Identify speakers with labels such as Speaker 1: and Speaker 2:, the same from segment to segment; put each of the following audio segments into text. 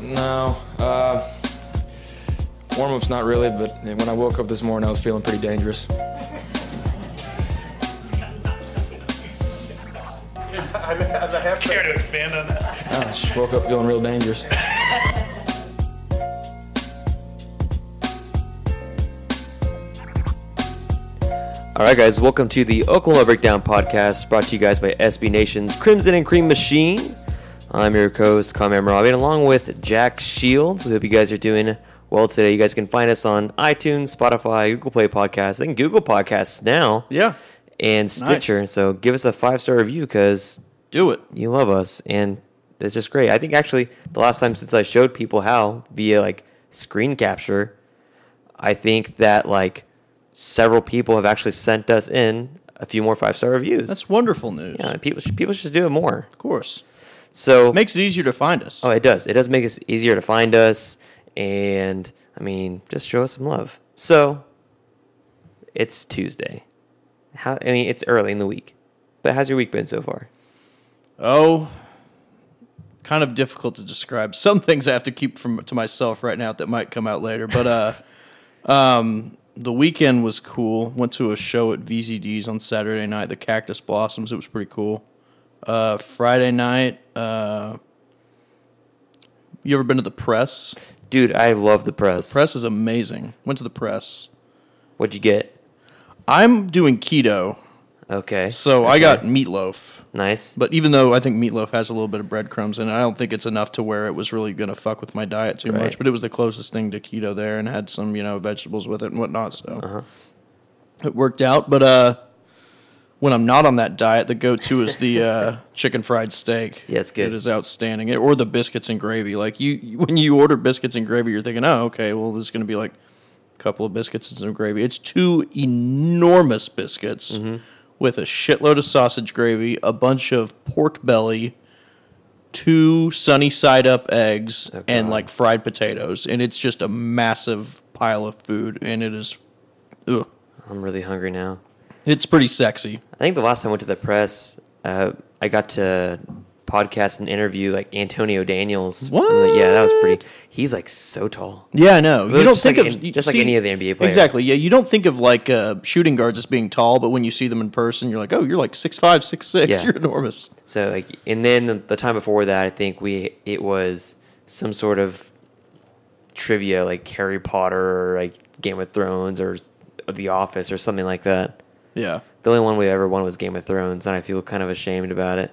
Speaker 1: No. Uh, warm up's not really, but when I woke up this morning, I was feeling pretty dangerous.
Speaker 2: Care to expand on that?
Speaker 1: I just woke up feeling real dangerous.
Speaker 3: All right, guys, welcome to the Oklahoma Breakdown Podcast, brought to you guys by SB Nation's Crimson and Cream Machine. I'm your co-host, Comam Robin, along with Jack Shields. We hope you guys are doing well today. You guys can find us on iTunes, Spotify, Google Play Podcasts, I think Google Podcasts now,
Speaker 4: Yeah,
Speaker 3: and Stitcher. So give us a five-star review because
Speaker 4: do it.
Speaker 3: you love us, and it's just great. I think actually the last time since I showed people how via like screen capture, I think that like several people have actually sent us in a few more five star reviews.
Speaker 4: That's wonderful news.
Speaker 3: yeah, people should, people should do it more.
Speaker 4: of course.
Speaker 3: So
Speaker 4: Makes it easier to find us.
Speaker 3: oh, it does. It does make it easier to find us, and I mean, just show us some love. So it's Tuesday. How I mean, it's early in the week, but how's your week been so far?
Speaker 4: Oh, kind of difficult to describe. Some things I have to keep from to myself right now that might come out later. But uh, um, the weekend was cool. Went to a show at VZD's on Saturday night. The Cactus Blossoms. It was pretty cool. Uh, Friday night. Uh, you ever been to the press?
Speaker 3: Dude, I love the press.
Speaker 4: Press is amazing. Went to the press.
Speaker 3: What'd you get?
Speaker 4: I'm doing keto,
Speaker 3: Okay.
Speaker 4: so I got meatloaf.
Speaker 3: Nice.
Speaker 4: But even though I think meatloaf has a little bit of breadcrumbs in it, I don't think it's enough to where it was really going to fuck with my diet too
Speaker 3: Right.
Speaker 4: much. But it was the closest thing to keto there, and had some you know vegetables with it and whatnot, so it worked out. But uh, when I'm not on that diet, the go-to is the uh, chicken fried steak.
Speaker 3: Yeah, it's good.
Speaker 4: It is outstanding, It- or the biscuits and gravy. Like you- you, when you order biscuits and gravy, you're thinking, oh, okay, well this is going to be like a couple of biscuits and some gravy. It's two enormous biscuits
Speaker 3: Mm-hmm.
Speaker 4: with a shitload of sausage gravy, a bunch of pork belly, two sunny side up eggs,
Speaker 3: Oh,
Speaker 4: and like fried potatoes. And it's just a massive pile of food, and it is, ugh,
Speaker 3: I'm really hungry now.
Speaker 4: it's pretty sexy.
Speaker 3: I think the last time I went to the press, uh, I got to podcast and interview like Antonio Daniels.
Speaker 4: What?
Speaker 3: And, like, yeah, that was pretty. He's like so tall.
Speaker 4: Yeah, I know.
Speaker 3: Really
Speaker 4: You don't
Speaker 3: just
Speaker 4: think
Speaker 3: like
Speaker 4: of
Speaker 3: an-
Speaker 4: you-
Speaker 3: just like any of the NBA player.
Speaker 4: Exactly. Yeah, you don't think of like uh, shooting guards as being tall, but when you see them in person, you're like, oh, you're like six five, six six.
Speaker 3: Yeah.
Speaker 4: You're enormous.
Speaker 3: So like, and then the, the time before that, I think we it was some sort of trivia like Harry Potter or like Game of Thrones or The Office or something like that.
Speaker 4: Yeah.
Speaker 3: The only one we ever won was Game of Thrones, and I feel kind of ashamed about it.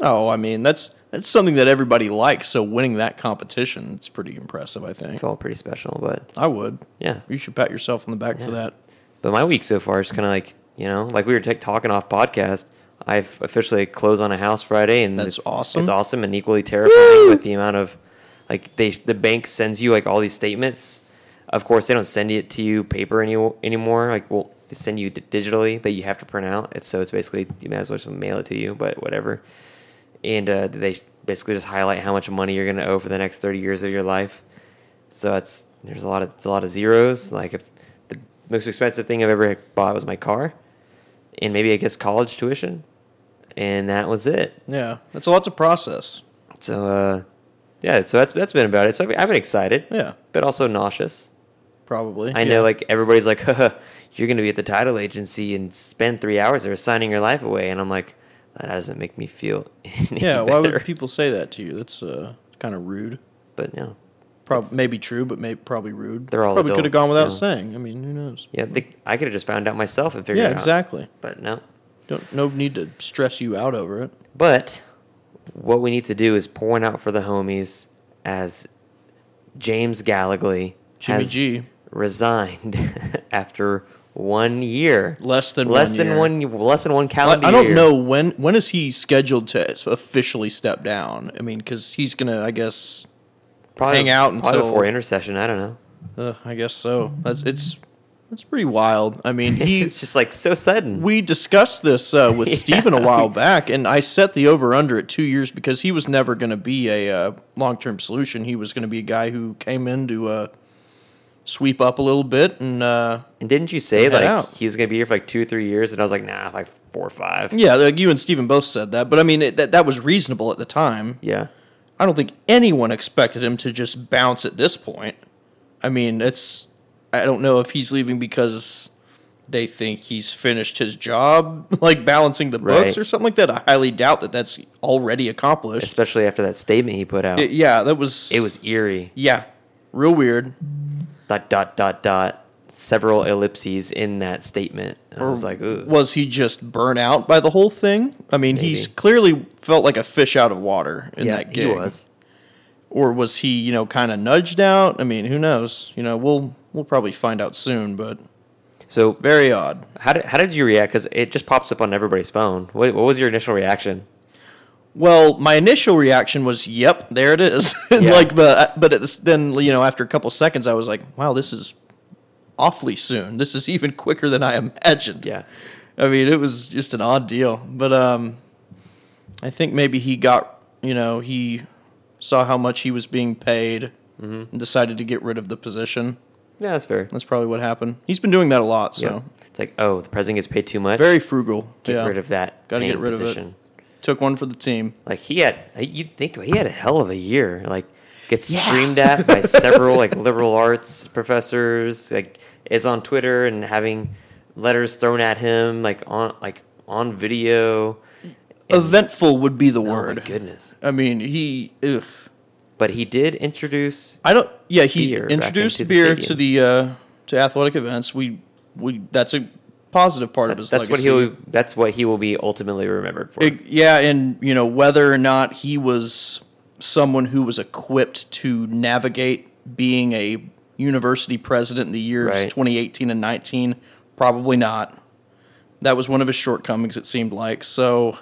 Speaker 4: Oh, I mean that's that's something that everybody likes. So winning that competition, it's pretty impressive. I
Speaker 3: It
Speaker 4: think
Speaker 3: felt pretty special, but
Speaker 4: I would.
Speaker 3: yeah.
Speaker 4: You should pat yourself on the back for that.
Speaker 3: But my week so far is kind of like you know, like we were t- talking off podcast. I've officially closed on a house Friday, and
Speaker 4: That's
Speaker 3: it's,
Speaker 4: awesome.
Speaker 3: It's awesome and equally terrifying with the amount of like they the bank sends you like all these statements. Of course, they don't send it to you paper any, anymore. Like, well, they send you d- digitally that you have to print out. It's, so it's basically you may as well just mail it to you, but whatever. And uh, they basically just highlight how much money you're going to owe for the next thirty years of your life. So it's there's a lot of it's a lot of zeros. Like if the most expensive thing I've ever bought was my car, and maybe I guess college tuition, and that was it.
Speaker 4: Yeah, that's a lot to process.
Speaker 3: So uh, yeah, so that's that's been about it. So I've, I've been excited,
Speaker 4: Yeah,
Speaker 3: but also nauseous.
Speaker 4: probably.
Speaker 3: I know like everybody's like, you're gonna be at the title agency and spend three hours there signing your life away, and I'm like, That doesn't make me feel. Any
Speaker 4: Yeah, why
Speaker 3: better.
Speaker 4: would people say that to you? That's uh, kind of rude.
Speaker 3: But no.
Speaker 4: Probably maybe true, but maybe probably rude.
Speaker 3: They're all
Speaker 4: probably could have
Speaker 3: adults,
Speaker 4: gone without
Speaker 3: so-
Speaker 4: saying. I mean, who knows?
Speaker 3: Yeah, they, I could have just found out myself and figured
Speaker 4: Yeah,
Speaker 3: it out.
Speaker 4: exactly.
Speaker 3: But no.
Speaker 4: Don't no need to stress you out over it.
Speaker 3: But what we need to do is pour one out for the homies as James Gallagher
Speaker 4: Jimmy
Speaker 3: has
Speaker 4: G.
Speaker 3: resigned after one year.
Speaker 4: Less than
Speaker 3: less
Speaker 4: one
Speaker 3: than
Speaker 4: year.
Speaker 3: one less than one
Speaker 4: I,
Speaker 3: calendar.
Speaker 4: I don't
Speaker 3: year.
Speaker 4: know when when is he scheduled to officially step down. I mean, because he's gonna, I guess,
Speaker 3: Probably,
Speaker 4: hang out
Speaker 3: probably
Speaker 4: until-
Speaker 3: before intercession. I don't know.
Speaker 4: uh, I guess so. That's it's that's pretty wild. I mean, he
Speaker 3: It's just like so sudden.
Speaker 4: we discussed this uh, with Steven a while back, and I set the over under at two years because he was never going to be a uh, long term solution. He was going to be a guy who came in to uh, sweep up a little bit, and uh,
Speaker 3: and didn't you say
Speaker 4: Head
Speaker 3: like
Speaker 4: out.
Speaker 3: he was gonna be here for like two or three years? And I was like, nah, like four or five.
Speaker 4: yeah, like you and Steven both said that. But I mean, it, that that was reasonable at the time.
Speaker 3: Yeah.
Speaker 4: I don't think anyone expected him to just bounce at this point. I mean, it's I don't know if he's leaving because they think he's finished his job, like balancing the books
Speaker 3: Right.
Speaker 4: or something like that. I highly doubt that that's already accomplished.
Speaker 3: Especially after that statement he put out.
Speaker 4: Y- yeah, that was
Speaker 3: it was eerie.
Speaker 4: yeah, real weird.
Speaker 3: dot dot dot dot several ellipses in that statement. And I was like, ooh.
Speaker 4: Was he just burnt out by the whole thing? I mean, he's
Speaker 3: Maybe.
Speaker 4: clearly felt like a fish out of water in that
Speaker 3: he
Speaker 4: gig.
Speaker 3: was.
Speaker 4: or was he, you know, kind of nudged out? I mean, who knows? You know, we'll we'll probably find out soon, but
Speaker 3: So
Speaker 4: very odd.
Speaker 3: how did how did you react? Because it just pops up on everybody's phone. What, what was your initial reaction?
Speaker 4: Well, my initial reaction was, "Yep, there it is." And,
Speaker 3: Yeah.
Speaker 4: Like, but but it's, then you know, after a couple seconds, I was like, "Wow, this is awfully soon. This is even quicker than I imagined."
Speaker 3: Yeah.
Speaker 4: I mean, it was just an odd deal. But um, I think maybe he got, you know, he saw how much he was being paid
Speaker 3: Mm-hmm.
Speaker 4: and decided to get rid of the position.
Speaker 3: Yeah, that's fair.
Speaker 4: That's probably what happened. He's been doing that a lot, so
Speaker 3: Yeah. It's like, oh, the president gets paid too much.
Speaker 4: very frugal.
Speaker 3: get
Speaker 4: yeah.
Speaker 3: rid of that.
Speaker 4: Gotta get
Speaker 3: paying
Speaker 4: rid of it.
Speaker 3: position.
Speaker 4: Took one for the team.
Speaker 3: Like he had, you'd think he had a hell of a year. Like gets screamed at by several like liberal arts professors. Like is on Twitter and having letters thrown at him. Like on like on video.
Speaker 4: Eventful would be the word.
Speaker 3: Oh my goodness.
Speaker 4: I mean, he. Ugh.
Speaker 3: But he did introduce.
Speaker 4: I don't. Yeah, he
Speaker 3: Beer back
Speaker 4: introduced
Speaker 3: into the
Speaker 4: beer
Speaker 3: stadiums.
Speaker 4: to the uh, to athletic events. We we that's a positive part of his.
Speaker 3: That's what
Speaker 4: legacy.
Speaker 3: he'll. That's what he will be ultimately remembered for.
Speaker 4: It- yeah, and you know whether or not he was someone who was equipped to navigate being a university president in the years
Speaker 3: Right.
Speaker 4: 2018 and 19, probably not. That was one of his shortcomings. It seemed like so.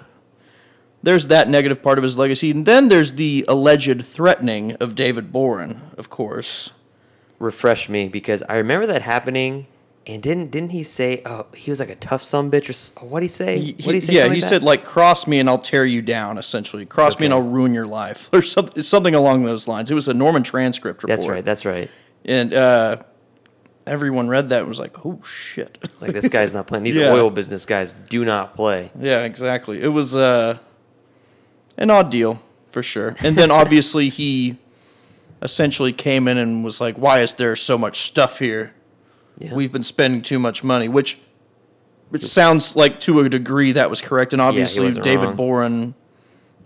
Speaker 4: There's that negative part of his legacy, and then there's the alleged threatening of David Boren, of course.
Speaker 3: Refresh me because I remember that happening. And didn't didn't he say? Oh, he was like a tough son bitch or s- what did he say? What did he say?
Speaker 4: yeah,
Speaker 3: something like
Speaker 4: he
Speaker 3: that?
Speaker 4: said like cross me and I'll tear you down. Essentially, cross me and
Speaker 3: Okay.
Speaker 4: I'll ruin your life, or something, something along those lines. It was a Norman transcript report.
Speaker 3: That's right. That's right.
Speaker 4: and uh, everyone read that and was like, "Oh shit!"
Speaker 3: Like this guy's not playing. These
Speaker 4: Yeah.
Speaker 3: oil business guys do not play.
Speaker 4: yeah, exactly. It was uh, an odd deal for sure. And then obviously he essentially came in and was like, "Why is there so much stuff here?
Speaker 3: Yeah.
Speaker 4: We've been spending too much money," which. It sounds like to a degree that was correct, and obviously
Speaker 3: wasn't
Speaker 4: David
Speaker 3: wrong.
Speaker 4: Boren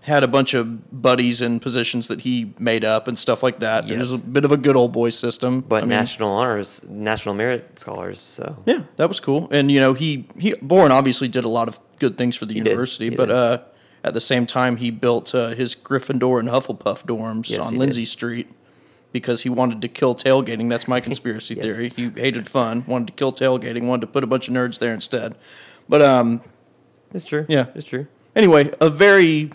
Speaker 4: had a bunch of buddies in positions that he made up and stuff like that. It was
Speaker 3: Yes.
Speaker 4: a bit of a good old boy system,
Speaker 3: but
Speaker 4: I mean-
Speaker 3: national honors, national merit scholars. So
Speaker 4: Yeah, that was cool. And you know, he he Bourne obviously did a lot of good things for the
Speaker 3: did.
Speaker 4: university,
Speaker 3: He
Speaker 4: but
Speaker 3: did.
Speaker 4: uh, at the same time, he built uh, his Gryffindor and Hufflepuff dorms
Speaker 3: Yes, he
Speaker 4: on
Speaker 3: did.
Speaker 4: Lindsay Street because he wanted to kill tailgating. That's my conspiracy
Speaker 3: Yes.
Speaker 4: theory. He hated fun, wanted to kill tailgating, wanted to put a bunch of nerds there instead. But um,
Speaker 3: it's true.
Speaker 4: Yeah.
Speaker 3: it's true.
Speaker 4: anyway, a very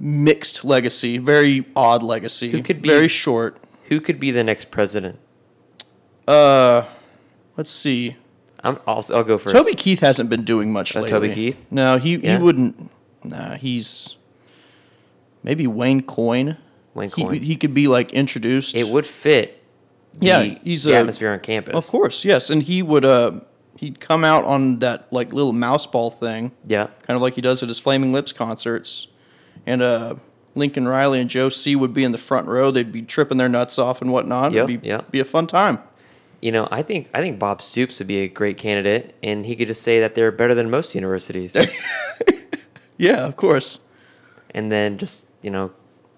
Speaker 4: mixed legacy, very odd legacy.
Speaker 3: Who could be-
Speaker 4: very short.
Speaker 3: Who could be the next president?
Speaker 4: Uh, let's see.
Speaker 3: I'm. I'll, I'll go first. Oh,
Speaker 4: Toby Keith hasn't been doing much lately.
Speaker 3: Toby Keith?
Speaker 4: No, he
Speaker 3: Yeah.
Speaker 4: he wouldn't. Nah, he's maybe Wayne Coyne.
Speaker 3: Wayne
Speaker 4: He-
Speaker 3: Coyne.
Speaker 4: He, could be like introduced.
Speaker 3: It would fit.
Speaker 4: Yeah,
Speaker 3: the,
Speaker 4: he's
Speaker 3: the
Speaker 4: a-
Speaker 3: atmosphere on campus.
Speaker 4: of course, yes, and he would. Uh, he'd come out on that like little mouse ball thing,
Speaker 3: Yeah.
Speaker 4: kind of like he does at his Flaming Lips concerts, and uh. Lincoln Riley and Joe C would be in the front row. They'd be tripping their nuts off and whatnot.
Speaker 3: Yep,
Speaker 4: It'd be,
Speaker 3: yep.
Speaker 4: be a fun time.
Speaker 3: You know, I think I think Bob Stoops would be a great candidate, and he could just say that they're better than most universities.
Speaker 4: Yeah, of course.
Speaker 3: and then just you know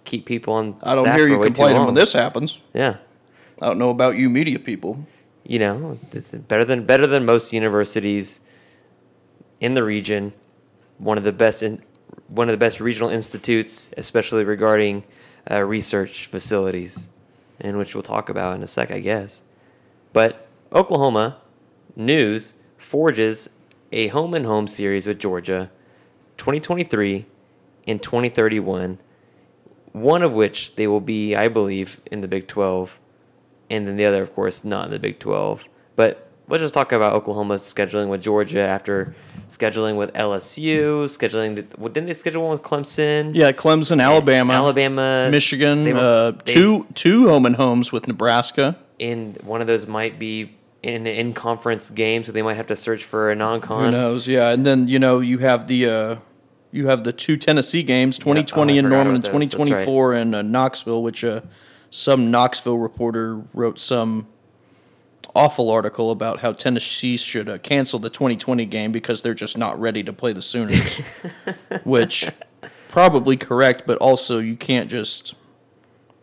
Speaker 3: keep people on.
Speaker 4: I don't
Speaker 3: staff
Speaker 4: hear
Speaker 3: for
Speaker 4: you
Speaker 3: way too
Speaker 4: complaining when
Speaker 3: long.
Speaker 4: this happens.
Speaker 3: Yeah,
Speaker 4: I don't know about you media people.
Speaker 3: you know, it's better than better than most universities in the region. One of the best in one of the best regional institutes, especially regarding uh, research facilities, and which we'll talk about in a sec, I guess. But Oklahoma news forges a home and home series with Georgia, 2023 and 2031. One of which they will be, I believe, in the Big 12 and then the other, of course, not in the Big 12. But let's just talk about Oklahoma scheduling with Georgia after scheduling with LSU, scheduling. The, well, didn't they schedule one with Clemson?
Speaker 4: Yeah, Clemson, Alabama,
Speaker 3: Alabama,
Speaker 4: Michigan,
Speaker 3: They were-
Speaker 4: uh,
Speaker 3: they-
Speaker 4: two two home and homes with Nebraska.
Speaker 3: And one of those might be in in conference game, so they might have to search for a
Speaker 4: Who
Speaker 3: non-con.
Speaker 4: knows? Yeah, and then you know you have the uh, you have the two Tennessee games, twenty twenty
Speaker 3: oh, I
Speaker 4: in
Speaker 3: forgot
Speaker 4: Norman and
Speaker 3: about
Speaker 4: twenty
Speaker 3: those. That's right.
Speaker 4: twenty four in uh, Knoxville, which uh, some Knoxville reporter wrote some awful article about how Tennessee should uh, cancel the twenty twenty game because they're just not ready to play the Sooners, which probably correct, but also you can't just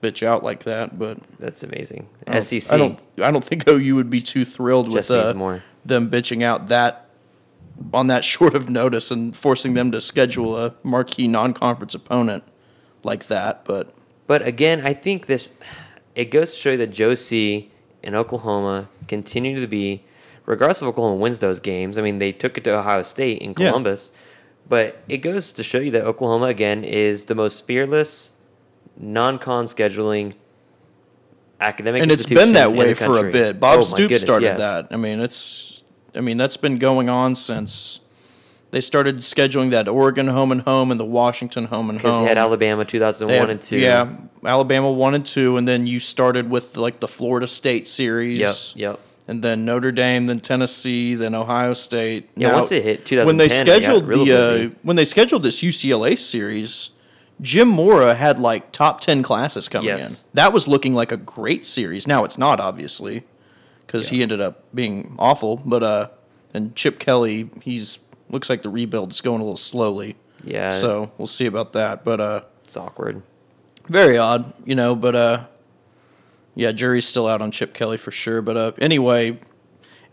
Speaker 4: bitch out like that. But
Speaker 3: That's amazing. E
Speaker 4: Oh, I don't-
Speaker 3: SEC.
Speaker 4: I don't. I don't think OU would be too thrilled
Speaker 3: Just
Speaker 4: with uh,
Speaker 3: means more.
Speaker 4: them bitching out that on that short of notice and forcing them to schedule a marquee non-conference opponent like that. But
Speaker 3: But again, I think this it goes to show you that Joe C in Oklahoma continue to be, regardless of Oklahoma wins those games. I mean, they took it to Ohio State in
Speaker 4: Yeah.
Speaker 3: Columbus, but it goes to show you that Oklahoma again is the most fearless non-con scheduling academic.
Speaker 4: and it's
Speaker 3: institution
Speaker 4: been that
Speaker 3: in
Speaker 4: way
Speaker 3: the
Speaker 4: for a
Speaker 3: country.
Speaker 4: bit. Bob
Speaker 3: Oh my
Speaker 4: Stoops
Speaker 3: goodness,
Speaker 4: started
Speaker 3: yes.
Speaker 4: that. I mean, it's. I mean, that's been going on since they started scheduling that Oregon home and home and the Washington home and
Speaker 3: because
Speaker 4: home.
Speaker 3: they had Alabama two thousand
Speaker 4: Um, They
Speaker 3: one
Speaker 4: had-
Speaker 3: and two.
Speaker 4: Yeah, Alabama one and two, and then you started with like the Florida State series.
Speaker 3: Yep. Yep.
Speaker 4: and then Notre Dame, then Tennessee, then Ohio State.
Speaker 3: Yeah, once it hit
Speaker 4: when they
Speaker 3: 2010, it got
Speaker 4: scheduled
Speaker 3: real
Speaker 4: the uh,
Speaker 3: busy.
Speaker 4: when they scheduled this UCLA series, Jim Mora had like top ten classes coming
Speaker 3: Yes.
Speaker 4: in. That was looking like a great series. Now it's not obviously because he ended up being awful. But uh, and Chip Kelly, he's looks like the rebuild's going a little slowly.
Speaker 3: Yeah.
Speaker 4: So we'll see about that. But uh,
Speaker 3: It's awkward.
Speaker 4: very odd, you know, but uh yeah, jury's still out on Chip Kelly for sure, but uh anyway,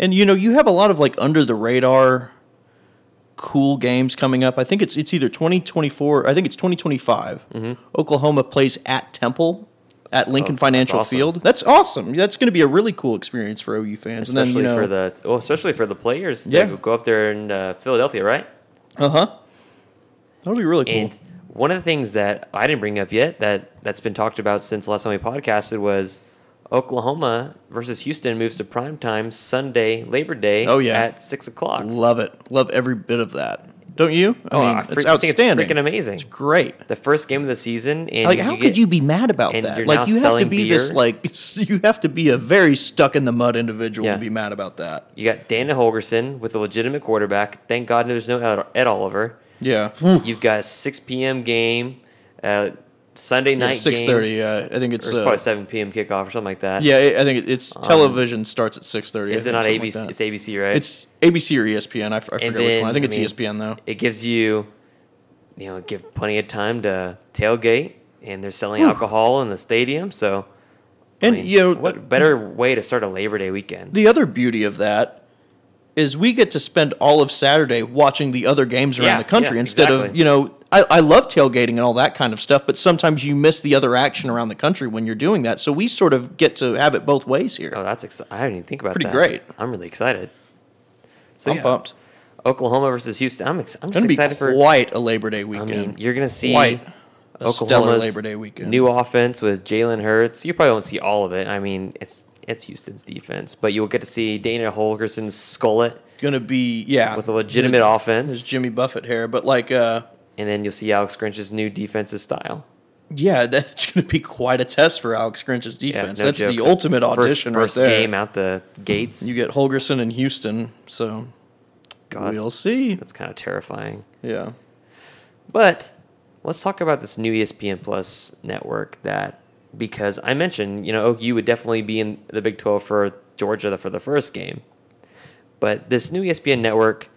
Speaker 4: and you know, you have a lot of like under the radar cool games coming up. I think it's it's either 2024, I think it's 2025.
Speaker 3: Mm-hmm.
Speaker 4: Oklahoma plays at Temple at Lincoln Financial
Speaker 3: Oh, awesome.
Speaker 4: Field. That's awesome. That's going to be a really cool experience for OU fans.
Speaker 3: Especially
Speaker 4: and then, you know,
Speaker 3: for the well, especially for the players
Speaker 4: Yeah.
Speaker 3: that go up there in uh, Philadelphia, right?
Speaker 4: Uh-huh. That'll be really cool.
Speaker 3: And one of the things that I didn't bring up yet that that's been talked about since last time we podcasted was Oklahoma versus Houston moves to primetime Sunday Labor Day.
Speaker 4: Oh, yeah.
Speaker 3: at six o'clock.
Speaker 4: Love it. Love every bit of that. Don't you? I
Speaker 3: Oh,
Speaker 4: mean,
Speaker 3: I
Speaker 4: it's
Speaker 3: freak- I think it's
Speaker 4: outstanding.
Speaker 3: freaking amazing.
Speaker 4: It's great.
Speaker 3: The first game of the season, and
Speaker 4: like how
Speaker 3: get-
Speaker 4: could you be mad about
Speaker 3: and
Speaker 4: that
Speaker 3: you're now
Speaker 4: like you have to
Speaker 3: selling
Speaker 4: be this
Speaker 3: beer?
Speaker 4: like you have to be a very stuck in the mud individual
Speaker 3: Yeah.
Speaker 4: to be mad about that
Speaker 3: You got Dana Holgerson with a legitimate quarterback. Thank God there's no Ed, Ed Oliver.
Speaker 4: yeah
Speaker 3: You've got a six p.m. game, uh, Sunday night
Speaker 4: six
Speaker 3: game,
Speaker 4: thirty yeah i think
Speaker 3: or
Speaker 4: it's
Speaker 3: it's
Speaker 4: uh,
Speaker 3: probably seven p.m. kickoff or something like that.
Speaker 4: yeah i I think it- it's television starts at six thirty.
Speaker 3: is it not ABC? it's ABC, right?
Speaker 4: it's abc or E espn i, f- I forget which
Speaker 3: then,
Speaker 4: one i think
Speaker 3: I
Speaker 4: it's E
Speaker 3: mean,
Speaker 4: espn though
Speaker 3: it gives you you know give plenty of time to tailgate and they're selling alcohol in the stadium so I
Speaker 4: and
Speaker 3: mean,
Speaker 4: you know
Speaker 3: what better way to start a labor day weekend
Speaker 4: the other beauty of that is we get to spend all of Saturday watching the other games around
Speaker 3: Yeah,
Speaker 4: the country
Speaker 3: yeah,
Speaker 4: instead of,
Speaker 3: exactly.
Speaker 4: you know, I, I love tailgating and all that kind of stuff, but sometimes you miss the other action around the country when you're doing that. So we sort of get to have it both ways here.
Speaker 3: oh that's exci- i didn't even think about
Speaker 4: Pretty
Speaker 3: that
Speaker 4: great.
Speaker 3: i'm really excited so
Speaker 4: I'm
Speaker 3: yeah,
Speaker 4: pumped.
Speaker 3: oklahoma versus houston i'm, ex- I'm just
Speaker 4: It's going to
Speaker 3: excited
Speaker 4: be
Speaker 3: for
Speaker 4: quite a Labor Day
Speaker 3: i
Speaker 4: weekend.
Speaker 3: mean you're gonna see
Speaker 4: Quite a stellar
Speaker 3: Oklahoma's
Speaker 4: Labor Day weekend.
Speaker 3: new offense with Jalen Hurts. You probably won't see all of it. I mean, it's it's Houston's defense, but you'll get to see Dana Holgerson's skullet
Speaker 4: going to be, yeah.
Speaker 3: with a legitimate
Speaker 4: It's-
Speaker 3: offense.
Speaker 4: It's Jimmy Buffett here, but like, uh,
Speaker 3: and then you'll see Alex Grinch's new defensive style.
Speaker 4: yeah, that's going to be quite a test for Alex Grinch's
Speaker 3: Yeah,
Speaker 4: defense.
Speaker 3: no
Speaker 4: that's the
Speaker 3: joke.
Speaker 4: ultimate
Speaker 3: First-
Speaker 4: audition
Speaker 3: first,
Speaker 4: right there. Mm-hmm.
Speaker 3: game out the gates.
Speaker 4: You get Holgerson and Houston, so
Speaker 3: God,
Speaker 4: we'll
Speaker 3: that's,
Speaker 4: see.
Speaker 3: that's kind of terrifying.
Speaker 4: Yeah.
Speaker 3: But let's talk about this new E ESPN Plus network that because I mentioned, you know, OU would definitely be in the Big E 12 for Georgia for the first game. But this new ESPN network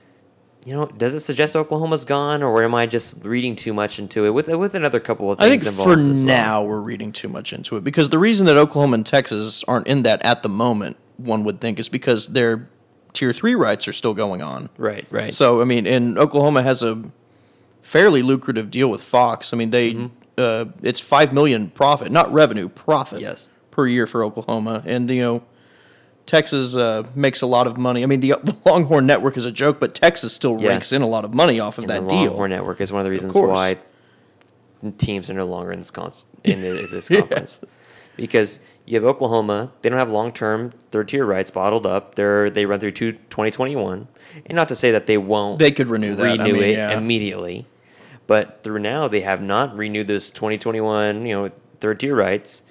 Speaker 3: you know, does it suggest Oklahoma's gone, or am I just reading too much into it with with another couple of
Speaker 4: I
Speaker 3: things
Speaker 4: think
Speaker 3: involved?
Speaker 4: for
Speaker 3: as well?
Speaker 4: now we're reading too much into it because the reason that Oklahoma and Texas aren't in that at the moment, one would think, is because their tier three rights are still going on.
Speaker 3: right, right.
Speaker 4: So I mean, and Oklahoma has a fairly lucrative deal with Fox. I mean, they
Speaker 3: Mm-hmm.
Speaker 4: uh, it's five million profit, not revenue, profit.
Speaker 3: Yes.
Speaker 4: per year for Oklahoma, and you know, Texas uh, makes a lot of money. I mean, the Longhorn Network is a joke, but Texas still
Speaker 3: Yeah.
Speaker 4: rakes in a lot of money off of
Speaker 3: And
Speaker 4: that
Speaker 3: the
Speaker 4: deal.
Speaker 3: Longhorn Network is one of the reasons
Speaker 4: course.
Speaker 3: why teams are no longer in this con- in the- this conference because you have Oklahoma. They don't have long term third tier rights bottled up. They're they run through to 2021, and not to say that they won't.
Speaker 4: They could renew that. I
Speaker 3: renew
Speaker 4: mean,
Speaker 3: it
Speaker 4: yeah.
Speaker 3: immediately, but through now they have not renewed those 2021 you know third tier rights.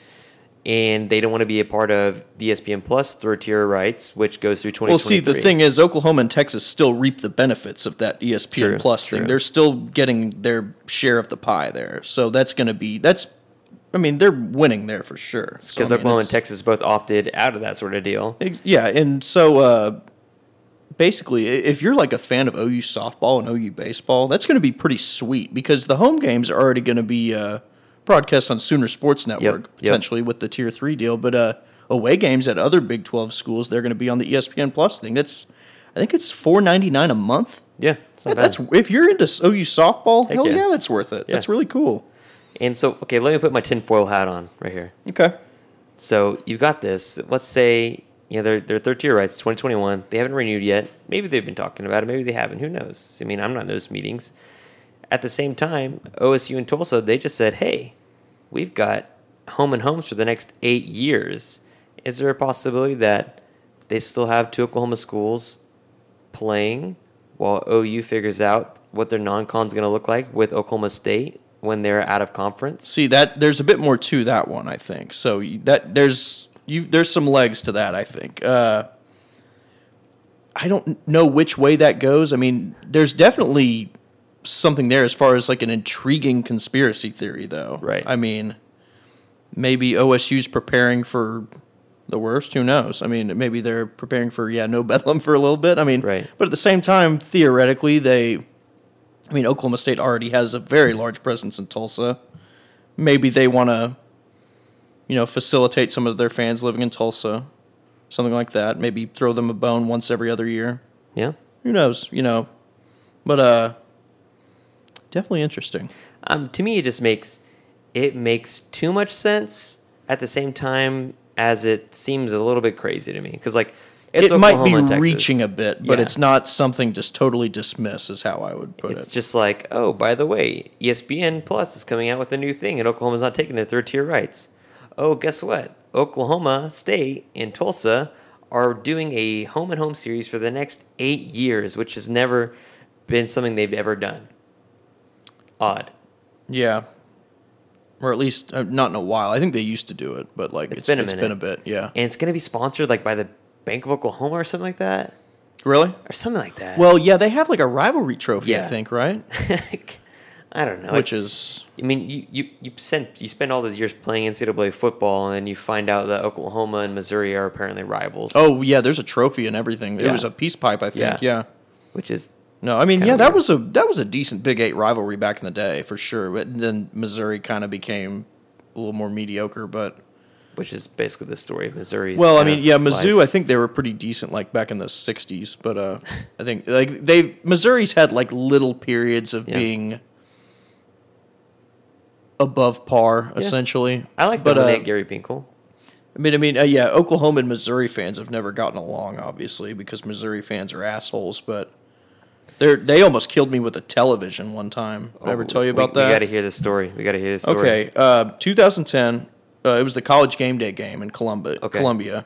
Speaker 3: And they don't want to be a part of the E ESPN Plus third tier rights, which goes through 2023.
Speaker 4: Well, see, the thing is, Oklahoma and Texas still reap the benefits of that E ESPN
Speaker 3: True,
Speaker 4: Plus thing.
Speaker 3: true.
Speaker 4: They're still getting their share of the pie there, so that's going to be that's. I mean, they're winning there for sure. So,
Speaker 3: because
Speaker 4: I mean,
Speaker 3: Oklahoma
Speaker 4: it's-
Speaker 3: and Texas both opted out of that sort of deal.
Speaker 4: Ex- Yeah, and so uh, basically, i- if you're like a fan of OU softball and OU baseball, that's going to be pretty sweet because the home games are already going to be uh, broadcast on Sooner Sports Network
Speaker 3: yep.
Speaker 4: potentially with the Tier Three deal, but uh, away games at other Big Twelve schools they're going to be on the E ESPN Plus thing. That's I think it's four ninety nine a month.
Speaker 3: Yeah, it's not
Speaker 4: That-
Speaker 3: bad.
Speaker 4: that's if you're into s- OU softball,
Speaker 3: Heck
Speaker 4: hell
Speaker 3: yeah.
Speaker 4: yeah. that's worth it.
Speaker 3: Yeah.
Speaker 4: That's really cool.
Speaker 3: And so, okay, let me put my tinfoil hat on right here.
Speaker 4: Okay,
Speaker 3: So you got this. Let's say you know their their third tier rights, 2021. They haven't renewed yet. Maybe they've been talking about it. Maybe they haven't. Who knows? I mean, I'm not in those meetings. At the same time, OSU and Tulsa, they just said, "Hey, we've got home and homes for the next eight years. Is there a possibility that they still have two Oklahoma schools playing while OU figures out what their non-con is going to look like with Oklahoma State when they're out of conference?"
Speaker 4: see that there's a bit more to that one, I think. So you- that there's you there's some legs to that, I think. Uh, I don't know which way that goes. I mean, there's definitely something there as far as like an intriguing conspiracy theory, though.
Speaker 3: Right.
Speaker 4: I mean, maybe OSU's preparing for the worst. Who knows? I mean, maybe they're preparing for yeah, no bedlam for a little bit. I mean,
Speaker 3: Right.
Speaker 4: But at the same time, theoretically, they. I mean, Oklahoma State already has a very large presence in Tulsa. Maybe they want to, you know, facilitate some of their fans living in Tulsa, something like that. Maybe throw them a bone once every other year.
Speaker 3: Yeah.
Speaker 4: Who knows? You know, but uh, definitely interesting.
Speaker 3: Um, to me, it just makes it makes too much sense at the same time as it seems a little bit crazy to me because like it's
Speaker 4: it might
Speaker 3: Oklahoma and
Speaker 4: be
Speaker 3: Texas.
Speaker 4: reaching a bit, but
Speaker 3: Yeah.
Speaker 4: it's not something just totally dismiss, is how I would put
Speaker 3: It's
Speaker 4: it.
Speaker 3: just like oh, by the way, ESPN Plus is coming out with a new thing, and Oklahoma's not taking their third tier rights. Oh, guess what? Oklahoma State and Tulsa are doing a home and home series for the next eight years, which has never been something they've ever done. Odd.
Speaker 4: yeah, or at least uh, not in a while. I think they used to do it, but like
Speaker 3: it's been a minute.
Speaker 4: It's been a bit. Yeah,
Speaker 3: and it's going to be sponsored like by the Bank of Oklahoma or something like that,
Speaker 4: really.
Speaker 3: or something like that.
Speaker 4: Well, yeah, they have like a rivalry trophy, I
Speaker 3: Yeah.
Speaker 4: think, right?
Speaker 3: I don't know.
Speaker 4: Which is
Speaker 3: I mean, you you you sent you spend all those years playing NCAA football, and then you find out that Oklahoma and Missouri are apparently rivals.
Speaker 4: oh yeah, there's a trophy and everything. It
Speaker 3: Yeah.
Speaker 4: was a peace pipe, I
Speaker 3: Yeah.
Speaker 4: think. Yeah.
Speaker 3: which is
Speaker 4: No, I mean,
Speaker 3: Kinda
Speaker 4: yeah, that
Speaker 3: weird.
Speaker 4: was a that was a decent Big Eight rivalry back in the day for sure. But then Missouri kind of became a little more mediocre, but
Speaker 3: which is basically the story of Missouri's.
Speaker 4: Well, I
Speaker 3: kind
Speaker 4: mean,
Speaker 3: of
Speaker 4: yeah, Mizzou.
Speaker 3: life.
Speaker 4: I think they were pretty decent, like back in the '60s. But uh, I think like they Missouri's had like little periods of
Speaker 3: Yeah.
Speaker 4: being above par,
Speaker 3: Yeah.
Speaker 4: essentially.
Speaker 3: I like
Speaker 4: but
Speaker 3: that when they
Speaker 4: uh,
Speaker 3: had Gary Pinkel.
Speaker 4: I mean, I mean, uh, yeah, Oklahoma and Missouri fans have never gotten along, obviously, because Missouri fans are assholes. But they they almost killed me with a television one time. Did I ever tell you about
Speaker 3: Oh, We,
Speaker 4: that?
Speaker 3: got to hear this story. We got to hear this story.
Speaker 4: Okay, uh, 2010. Uh, it was the college game day game in Columbia.
Speaker 3: Okay.
Speaker 4: Columbia.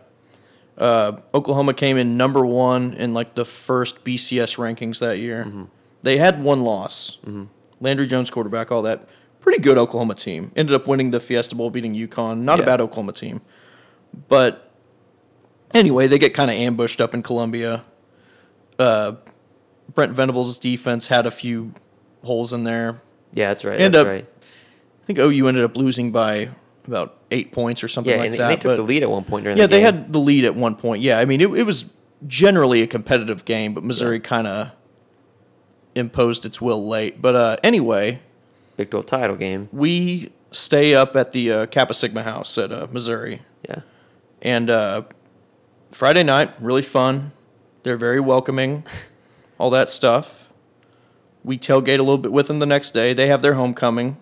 Speaker 4: Uh, Oklahoma came in number one in like the first BCS rankings that year.
Speaker 3: Mm-hmm.
Speaker 4: They had one loss. Landry Jones, quarterback, all that. Pretty good Oklahoma team. Ended up winning the Fiesta Bowl, beating UConn. Not
Speaker 3: Yeah.
Speaker 4: a bad Oklahoma team, but anyway, they get kind of ambushed up in Columbia. Uh, Brent Venables' defense had a few holes in there.
Speaker 3: Yeah, that's right.
Speaker 4: End
Speaker 3: that's
Speaker 4: up-
Speaker 3: right.
Speaker 4: I think OU ended up losing by about eight points or something
Speaker 3: Yeah,
Speaker 4: like
Speaker 3: and
Speaker 4: that.
Speaker 3: they took
Speaker 4: but-
Speaker 3: the lead at one point during
Speaker 4: yeah,
Speaker 3: the
Speaker 4: they
Speaker 3: game.
Speaker 4: had the lead at one point. Yeah, I mean it, it was generally a competitive game, but Missouri kind of imposed its will late. But uh, anyway,
Speaker 3: Big 12 title game.
Speaker 4: we stay up at the uh, Kappa Sigma house at uh, Missouri.
Speaker 3: Yeah.
Speaker 4: And uh, Friday night, really fun. They're very welcoming, all that stuff. We tailgate a little bit with them the next day. They have their homecoming.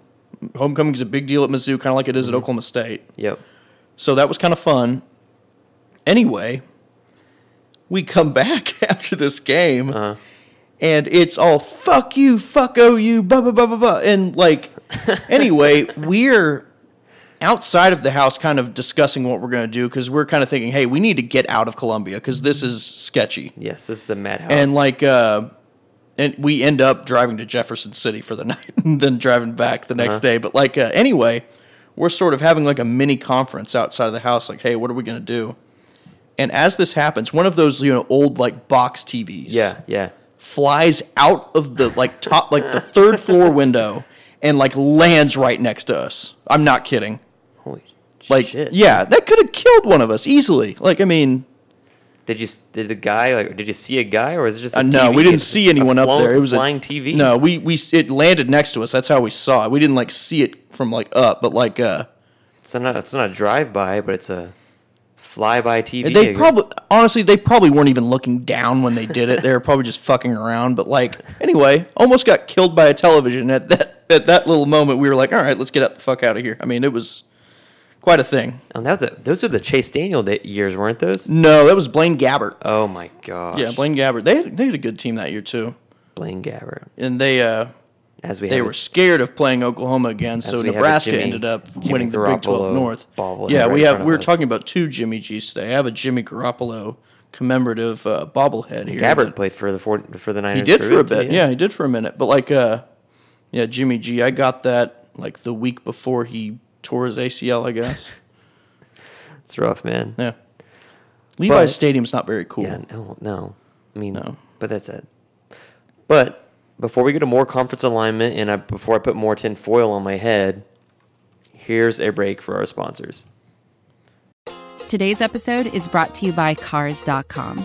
Speaker 4: Homecoming is a big deal at Mizzou, kind of like it
Speaker 3: Mm-hmm.
Speaker 4: is at Oklahoma State.
Speaker 3: Yep.
Speaker 4: So that was kind of fun. Anyway, we come back after this game, and it's all fuck you, fuck OU, blah, blah, blah, blah, blah. And like, anyway, we're outside of the house kind of discussing what we're going to do because we're kind of thinking, hey, we need to get out of Columbia because this is sketchy.
Speaker 3: Yes, this is a madhouse.
Speaker 4: And like, uh, and we end up driving to Jefferson City for the night and then driving back the
Speaker 3: Uh-huh.
Speaker 4: next day. But like, uh, anyway, we're sort of having like a mini conference outside of the house. Like, hey, what are we gonna do? And as this happens, one of those you know old like box TVs,
Speaker 3: yeah, yeah.
Speaker 4: flies out of the like top like the third floor window and like lands right next to us. I'm not kidding.
Speaker 3: Holy
Speaker 4: Like,
Speaker 3: shit.
Speaker 4: yeah, that could have killed one of us easily. Like, I mean,
Speaker 3: Did you did the guy like did you see a guy or is it just a
Speaker 4: Uh, no,
Speaker 3: TV?
Speaker 4: we didn't
Speaker 3: It's
Speaker 4: see
Speaker 3: a
Speaker 4: anyone up
Speaker 3: flown-
Speaker 4: there. It was
Speaker 3: flying
Speaker 4: a,
Speaker 3: TV.
Speaker 4: No, we we it landed next to us. That's how we saw it. We didn't like see it from like up, but like uh,
Speaker 3: it's not it's not a drive by, but it's a fly by TV. I
Speaker 4: they
Speaker 3: guess.
Speaker 4: probably honestly they probably weren't even looking down when they did it. they were probably just fucking around. But like anyway, almost got killed by a television at that at that little moment. We were like, all right, let's get up the fuck out of here. I mean, it was quite a thing.
Speaker 3: And Oh, that was a, those are the Chase Daniel da- years, weren't those?
Speaker 4: No, that was Blaine Gabbert.
Speaker 3: Oh my gosh.
Speaker 4: Yeah, Blaine Gabbert. They had, they had a good team that year too,
Speaker 3: Blaine Gabbert.
Speaker 4: and they uh.
Speaker 3: As we
Speaker 4: they
Speaker 3: have
Speaker 4: were
Speaker 3: it-
Speaker 4: scared of playing Oklahoma again,
Speaker 3: we
Speaker 4: so
Speaker 3: have a
Speaker 4: Nebraska
Speaker 3: Jimmy-
Speaker 4: ended up
Speaker 3: Jimmy
Speaker 4: winning the Big
Speaker 3: Garoppolo
Speaker 4: 12 North.
Speaker 3: ball in
Speaker 4: Yeah,
Speaker 3: right
Speaker 4: we
Speaker 3: in
Speaker 4: have
Speaker 3: front
Speaker 4: we were
Speaker 3: of us.
Speaker 4: talking about two Jimmy G's today. I have a Jimmy Garoppolo commemorative uh, bobblehead here.
Speaker 3: Gabbert
Speaker 4: that-
Speaker 3: played for the four, for the Niners.
Speaker 4: he did for
Speaker 3: too,
Speaker 4: a bit. Yeah. he did for a minute. But like, uh, yeah, Jimmy G, I got that like the week before he tore his ACL, I guess.
Speaker 3: It's rough, man.
Speaker 4: yeah, Levi's Stadium's not very cool.
Speaker 3: Yeah, no, no. I mean,
Speaker 4: No.
Speaker 3: but that's it. But before we go to more conference alignment, and I, before I put more tin foil on my head, here's a break for our sponsors.
Speaker 5: Today's episode is brought to you by Cars.com.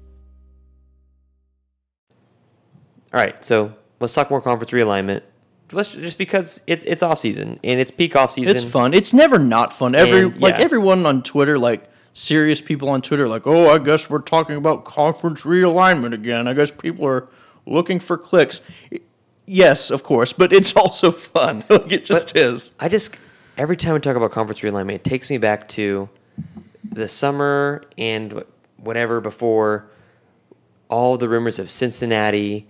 Speaker 3: All right, so let's talk more conference realignment. Let's just because it's it's off season and it's peak off season.
Speaker 4: It's fun. It's never not fun. Every
Speaker 3: And,
Speaker 4: like
Speaker 3: yeah.
Speaker 4: everyone on Twitter, like serious people on Twitter, like, oh, I guess we're talking about conference realignment again. I guess people are looking for clicks. Yes, of course, but it's also fun. like it just is.
Speaker 3: I just every time we talk about conference realignment, it takes me back to the summer and whatever before all the rumors of Cincinnati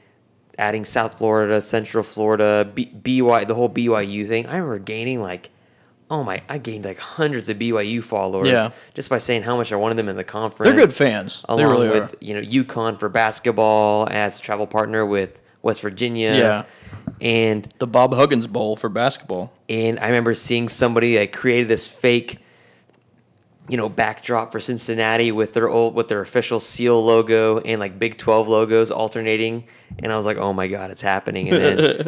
Speaker 3: adding South Florida, Central Florida, B- BY the whole BYU thing. I remember gaining like oh my, I gained like hundreds of BYU followers
Speaker 4: Yeah.
Speaker 3: just by saying how much I wanted them in the conference.
Speaker 4: They're good fans. They
Speaker 3: Along
Speaker 4: really
Speaker 3: with
Speaker 4: are.
Speaker 3: you know UConn for basketball as travel partner with West Virginia.
Speaker 4: Yeah.
Speaker 3: And
Speaker 4: The Bob Huggins Bowl for basketball.
Speaker 3: and I remember seeing somebody like created this fake, you know, backdrop for Cincinnati with their old with their official seal logo and like Big Twelve logos alternating, and I was like, oh my god, it's happening. And then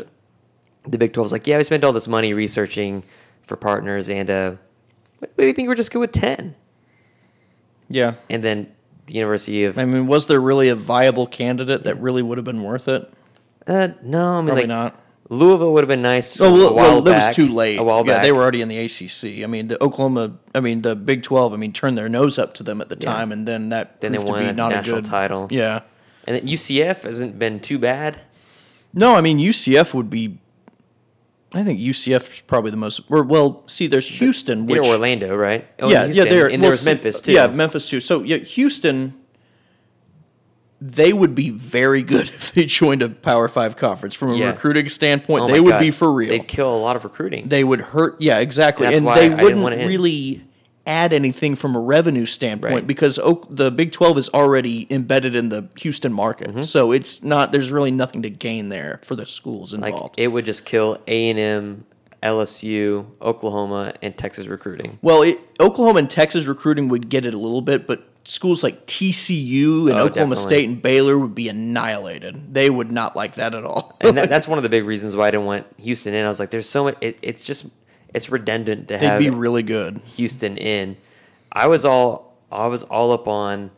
Speaker 3: the Big 12's like, yeah, we spent all this money researching for partners, and uh, we think we're just good with ten.
Speaker 4: Yeah.
Speaker 3: And then the University of
Speaker 4: I mean, was there really a viable candidate that really would have been worth it?
Speaker 3: uh, no, I mean
Speaker 4: Probably
Speaker 3: like
Speaker 4: not.
Speaker 3: Louisville would have been nice.
Speaker 4: Oh,
Speaker 3: a while
Speaker 4: well, well that
Speaker 3: back-
Speaker 4: was too late.
Speaker 3: A while
Speaker 4: yeah,
Speaker 3: back,
Speaker 4: they were already in the ACC. I mean, the Oklahoma, I mean, the Big 12, I mean, turned their nose up to them at the time, and then that
Speaker 3: Then they
Speaker 4: proved
Speaker 3: won
Speaker 4: to be
Speaker 3: a
Speaker 4: not
Speaker 3: national
Speaker 4: a good
Speaker 3: title.
Speaker 4: Yeah.
Speaker 3: And then UCF hasn't been too bad.
Speaker 4: No, I mean, UCF would be. I think UCF is probably the most. Or, well, see, there's Houston,
Speaker 3: They're
Speaker 4: which
Speaker 3: Orlando, right? Oh,
Speaker 4: yeah,
Speaker 3: Houston.
Speaker 4: yeah, they're
Speaker 3: and
Speaker 4: well,
Speaker 3: there was
Speaker 4: see-
Speaker 3: Memphis too.
Speaker 4: Yeah, Memphis too. So yeah, Houston. They would be very good if they joined a Power Five conference from a
Speaker 3: Yeah.
Speaker 4: recruiting standpoint.
Speaker 3: Oh my
Speaker 4: they would
Speaker 3: God.
Speaker 4: be for real.
Speaker 3: They'd kill a lot of recruiting.
Speaker 4: they would hurt. Yeah, exactly.
Speaker 3: That's
Speaker 4: and
Speaker 3: why I
Speaker 4: they
Speaker 3: didn't
Speaker 4: wouldn't
Speaker 3: want it in.
Speaker 4: really add anything from a revenue standpoint
Speaker 3: Right.
Speaker 4: because Oak, the Big 12 is already embedded in the Houston market.
Speaker 3: Mm-hmm.
Speaker 4: So it's not, there's really nothing to gain there for the schools
Speaker 3: Like
Speaker 4: involved.
Speaker 3: it would just kill A and M, LSU, Oklahoma, and Texas recruiting.
Speaker 4: well, it, Oklahoma and Texas recruiting would get it a little bit, but schools like TCU and
Speaker 3: Oh,
Speaker 4: Oklahoma
Speaker 3: definitely.
Speaker 4: State and Baylor would be annihilated. They would not like that at all.
Speaker 3: And that, that's one of the big reasons why I didn't want Houston in. I was like, there's so much. It, it's just it's redundant to
Speaker 4: They'd
Speaker 3: have
Speaker 4: be really good.
Speaker 3: Houston in. I was all I was all up on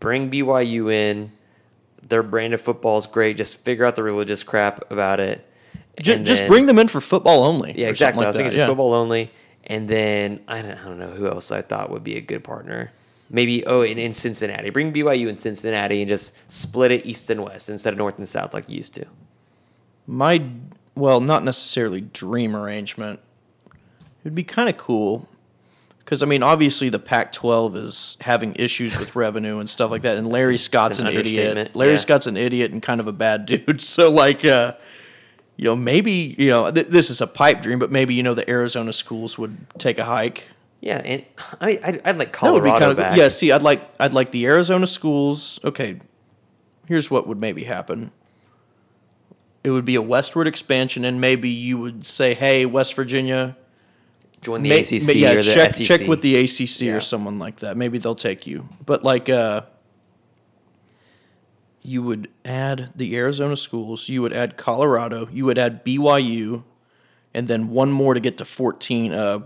Speaker 3: bring BYU in. Their brand of football is great. Just figure out the religious crap about it.
Speaker 4: Ju-
Speaker 3: And
Speaker 4: just
Speaker 3: then-
Speaker 4: bring them in for football only.
Speaker 3: Yeah,
Speaker 4: or
Speaker 3: exactly.
Speaker 4: something
Speaker 3: I was
Speaker 4: Like
Speaker 3: thinking
Speaker 4: that.
Speaker 3: just
Speaker 4: yeah.
Speaker 3: football only. And then I don't, I don't know who else I thought would be a good partner. Maybe oh, in, in Cincinnati, bring BYU in Cincinnati and just split it east and west instead of north and south like you used to.
Speaker 4: My well, not necessarily dream arrangement. It'd be kind of cool because I mean, obviously the Pac-12 is having issues with revenue and stuff like that, and Larry Scott's an,
Speaker 3: an
Speaker 4: idiot.
Speaker 3: understatement,
Speaker 4: Larry
Speaker 3: yeah.
Speaker 4: Scott's an idiot and kind of a bad dude. So like, uh, you know, maybe you know th- this is a pipe dream, but maybe you know the Arizona schools would take a hike.
Speaker 3: Yeah, and I I'd, I'd like
Speaker 4: That would
Speaker 3: Colorado
Speaker 4: kinda
Speaker 3: back.
Speaker 4: cool. Yeah, see, I'd like I'd like the Arizona schools. Okay, here's what would maybe happen. It would be a westward expansion, and maybe you would say, "Hey, West Virginia,
Speaker 3: join the
Speaker 4: ma-
Speaker 3: ACC
Speaker 4: ma- yeah,
Speaker 3: or the E
Speaker 4: check
Speaker 3: SEC.
Speaker 4: check with the ACC
Speaker 3: Yeah.
Speaker 4: or someone like that. Maybe they'll take you." But like, uh, you would add the Arizona schools, you would add Colorado, you would add BYU, and then one more to get to fourteen. Uh,